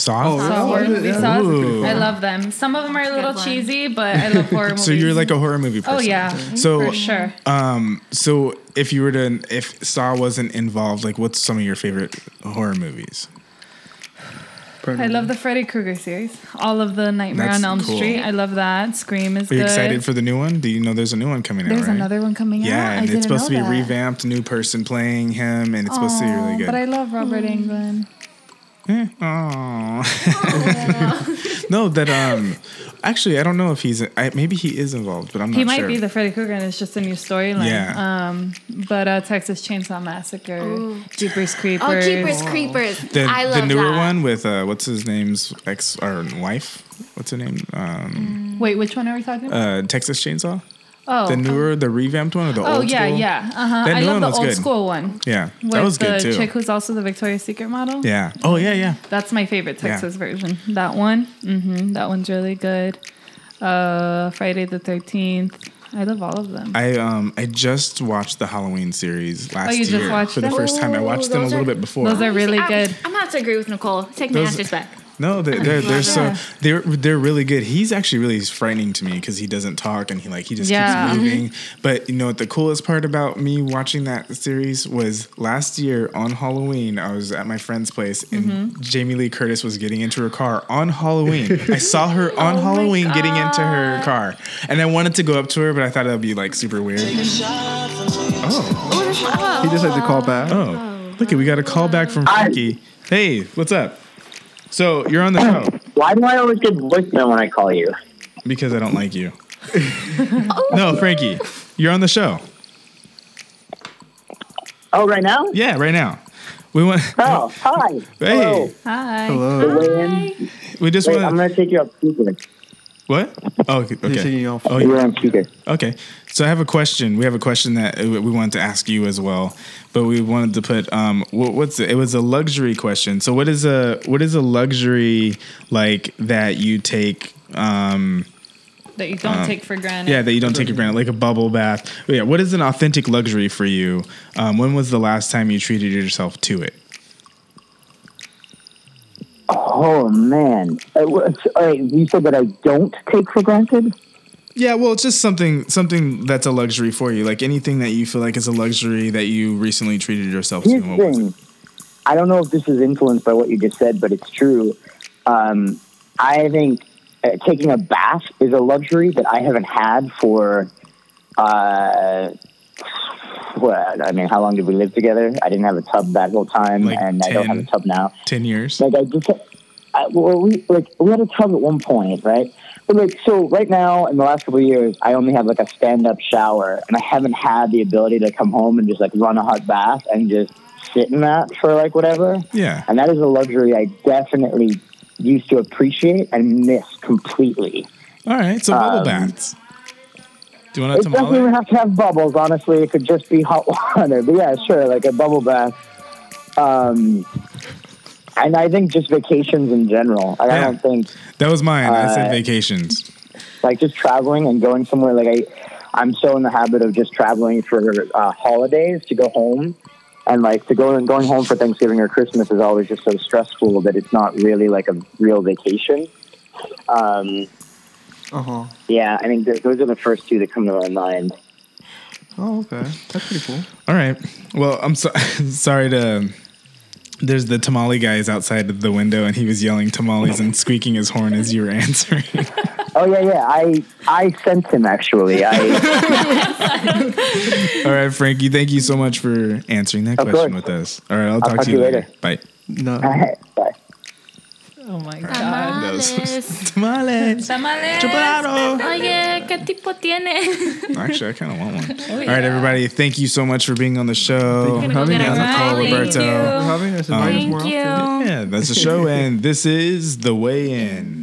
A: Soft.
D: Saw
C: Oh,
D: horror
C: yeah.
D: movie Saws.
A: Ooh.
D: I love them. Some of them are a
B: a
D: little
B: good one.
D: cheesy, but I love horror movies.
A: So you're like a horror movie person.
D: Oh yeah,
A: So
D: for sure.
A: Um, so if you were to, if Saw wasn't involved, like, what's some of your favorite horror movies?
D: I love the Freddy Krueger series. All of the Nightmare
A: That's
D: on Elm
A: cool.
D: Street. I love that. Scream is
A: Are you
D: good.
A: excited for the new one? Do you know there's a new one coming out?
D: There's
A: right?
D: another one coming out.
A: Yeah,
D: I
A: and
D: didn't
A: it's supposed to be
D: know that.
A: revamped, new person playing him, and it's supposed to be really
D: Aw,
A: good.
D: But I love Robert Englund.
A: Eh, aw. no, that um, actually, I don't know if he's I, maybe he is involved, but I'm
D: He
A: not
D: might
A: sure.
D: be the Freddy Krueger, and it's just a new storyline.
A: Yeah.
D: Um, but uh, Texas Chainsaw Massacre,
B: Ooh.
D: Jeepers Creepers.
B: Oh, Jeepers Creepers.
A: the,
B: I love
A: the newer
B: that.
A: one with uh, what's his name's ex or wife? What's her name? Um,
D: Wait, which one are we talking about?
A: uh, Texas Chainsaw.
D: oh,
A: Uh, The newer, the revamped one or the
D: oh
A: old
D: yeah,
A: school?
D: yeah. Uh-huh.
A: That
D: I
A: new
D: love
A: one
D: the
A: was
D: old
A: good.
D: school one.
A: Yeah,
D: With
A: that was
D: the
A: good too.
D: chick who's also the Victoria's Secret model.
A: yeah. Oh yeah, yeah.
D: That's my favorite Texas version. That one. hmm That one's really good. Uh, Friday the 13th. I love all of them.
A: I um I just watched the Halloween series last
D: Oh, you just
A: year
D: watched
A: for the
D: them?
A: first time. I watched them a
B: those
A: little
B: are-
A: bit before.
D: those are really
B: I'm,
D: good.
B: I'm about to agree with Nicole. Take my
A: Those-
B: answers back.
A: no, they- they're they're so they're they're really good. He's actually really frightening to me because he doesn't talk and he like he just
D: Yeah.
A: keeps moving. But you know what the coolest part about me watching that series was last year on Halloween I was at my friend's place and Jamie Lee Curtis was getting into her car on Halloween. I saw her on Halloween getting into her car and I wanted to go up to her but I thought that would be like super weird. Oh.
C: He just had to call back.
A: Oh, look, it, we got a call back from Frankie. Hey, what's up? So you're on the show
G: Why do I always get voicemail when I call you?
A: because I don't like you. no, Frankie, you're on the show.
G: Oh, right now?
A: Yeah, right now. We want.
G: Oh, hi.
A: Hey,
G: Hello.
D: Hi.
C: Hello.
G: Weigh in.
A: we just
G: Wait, I'm
A: want.
G: going to take you off speaker.
A: What? Oh, okay.
C: He's
A: okay.
C: taking off.
A: Oh,
G: You're on speaker.
A: Okay. So I have a question. We have a question that uh, we wanted to ask you as well, but we wanted to put um what, what's it? it was a luxury question. So what is a what is a luxury like that you take um
D: That you don't take for granted.
A: Yeah, that you don't take for granted, like a bubble bath. But yeah, what is an authentic luxury for you? Um, when was the last time you treated yourself to it?
G: Oh, man. Uh, what- all right, you said that I don't take for granted?
A: Yeah, well, it's just something something that's a luxury for you, like anything that you feel like is a luxury that you recently treated yourself to.
G: Here's
A: and
G: the
A: what was it?
G: thing. I don't know if this is influenced by what you just said, but it's true. Um, I think uh, taking a bath is a luxury that I haven't had for. Uh, well, I mean, how long did we live together? I didn't have a tub that whole time,
A: Like
G: and I don't
A: 10.
G: have a tub now.
A: Ten years.
G: Like I just, I, well, we like we had a tub at one point, right? But like, so right now in the last couple of years, I only have like a stand-up shower, and I haven't had the ability to come home and just like run a hot bath and just sit in that for like whatever.
A: Yeah.
G: And that is a luxury I definitely used to appreciate and miss completely.
A: All right, so bubble
G: Um,
A: baths. Do you want
G: It
A: a tamale?
G: doesn't even have to have bubbles, honestly. It could just be hot water. But yeah, sure, like a bubble bath. Um, and I think just vacations in general. Like, I
A: Yeah.
G: don't think
A: That was mine. I said
G: Uh,
A: vacations.
G: like just traveling and going somewhere. Like I, I'm so in the habit of just traveling for uh, holidays to go home, and like to go and going home for Thanksgiving or Christmas is always just so stressful that it's not really like a real vacation. Um,
C: Uh huh.
G: yeah, I think th- those are the first two that come to my mind.
C: Oh, okay. That's pretty cool.
A: All right. Well, I'm so- sorry to. There's the tamale guy is outside of the window, and he was yelling tamales and squeaking his horn as you were answering.
G: Oh yeah, yeah. I I sent him actually. I
A: All right, Frankie. Thank you so much for answering that
G: Of
A: question
G: course.
A: with us. All right, I'll talk, to you later. Bye.
C: No.
G: Bye.
D: Oh my god.
B: Tamales.
A: Tamales.
B: Tamales. Oye, ¿qué tipo tiene?
A: Actually, I kind of want one.
D: Oh,
A: All right,
D: yeah.
A: everybody. Thank you so much for being on the show.
B: I'm gonna go
C: Having
B: get a
C: you on the call,
B: Thank
A: Roberto.
B: you.
C: We're having us invite us more
B: Thank
C: often.
B: you.
A: Yeah, that's the show, and this is the way in.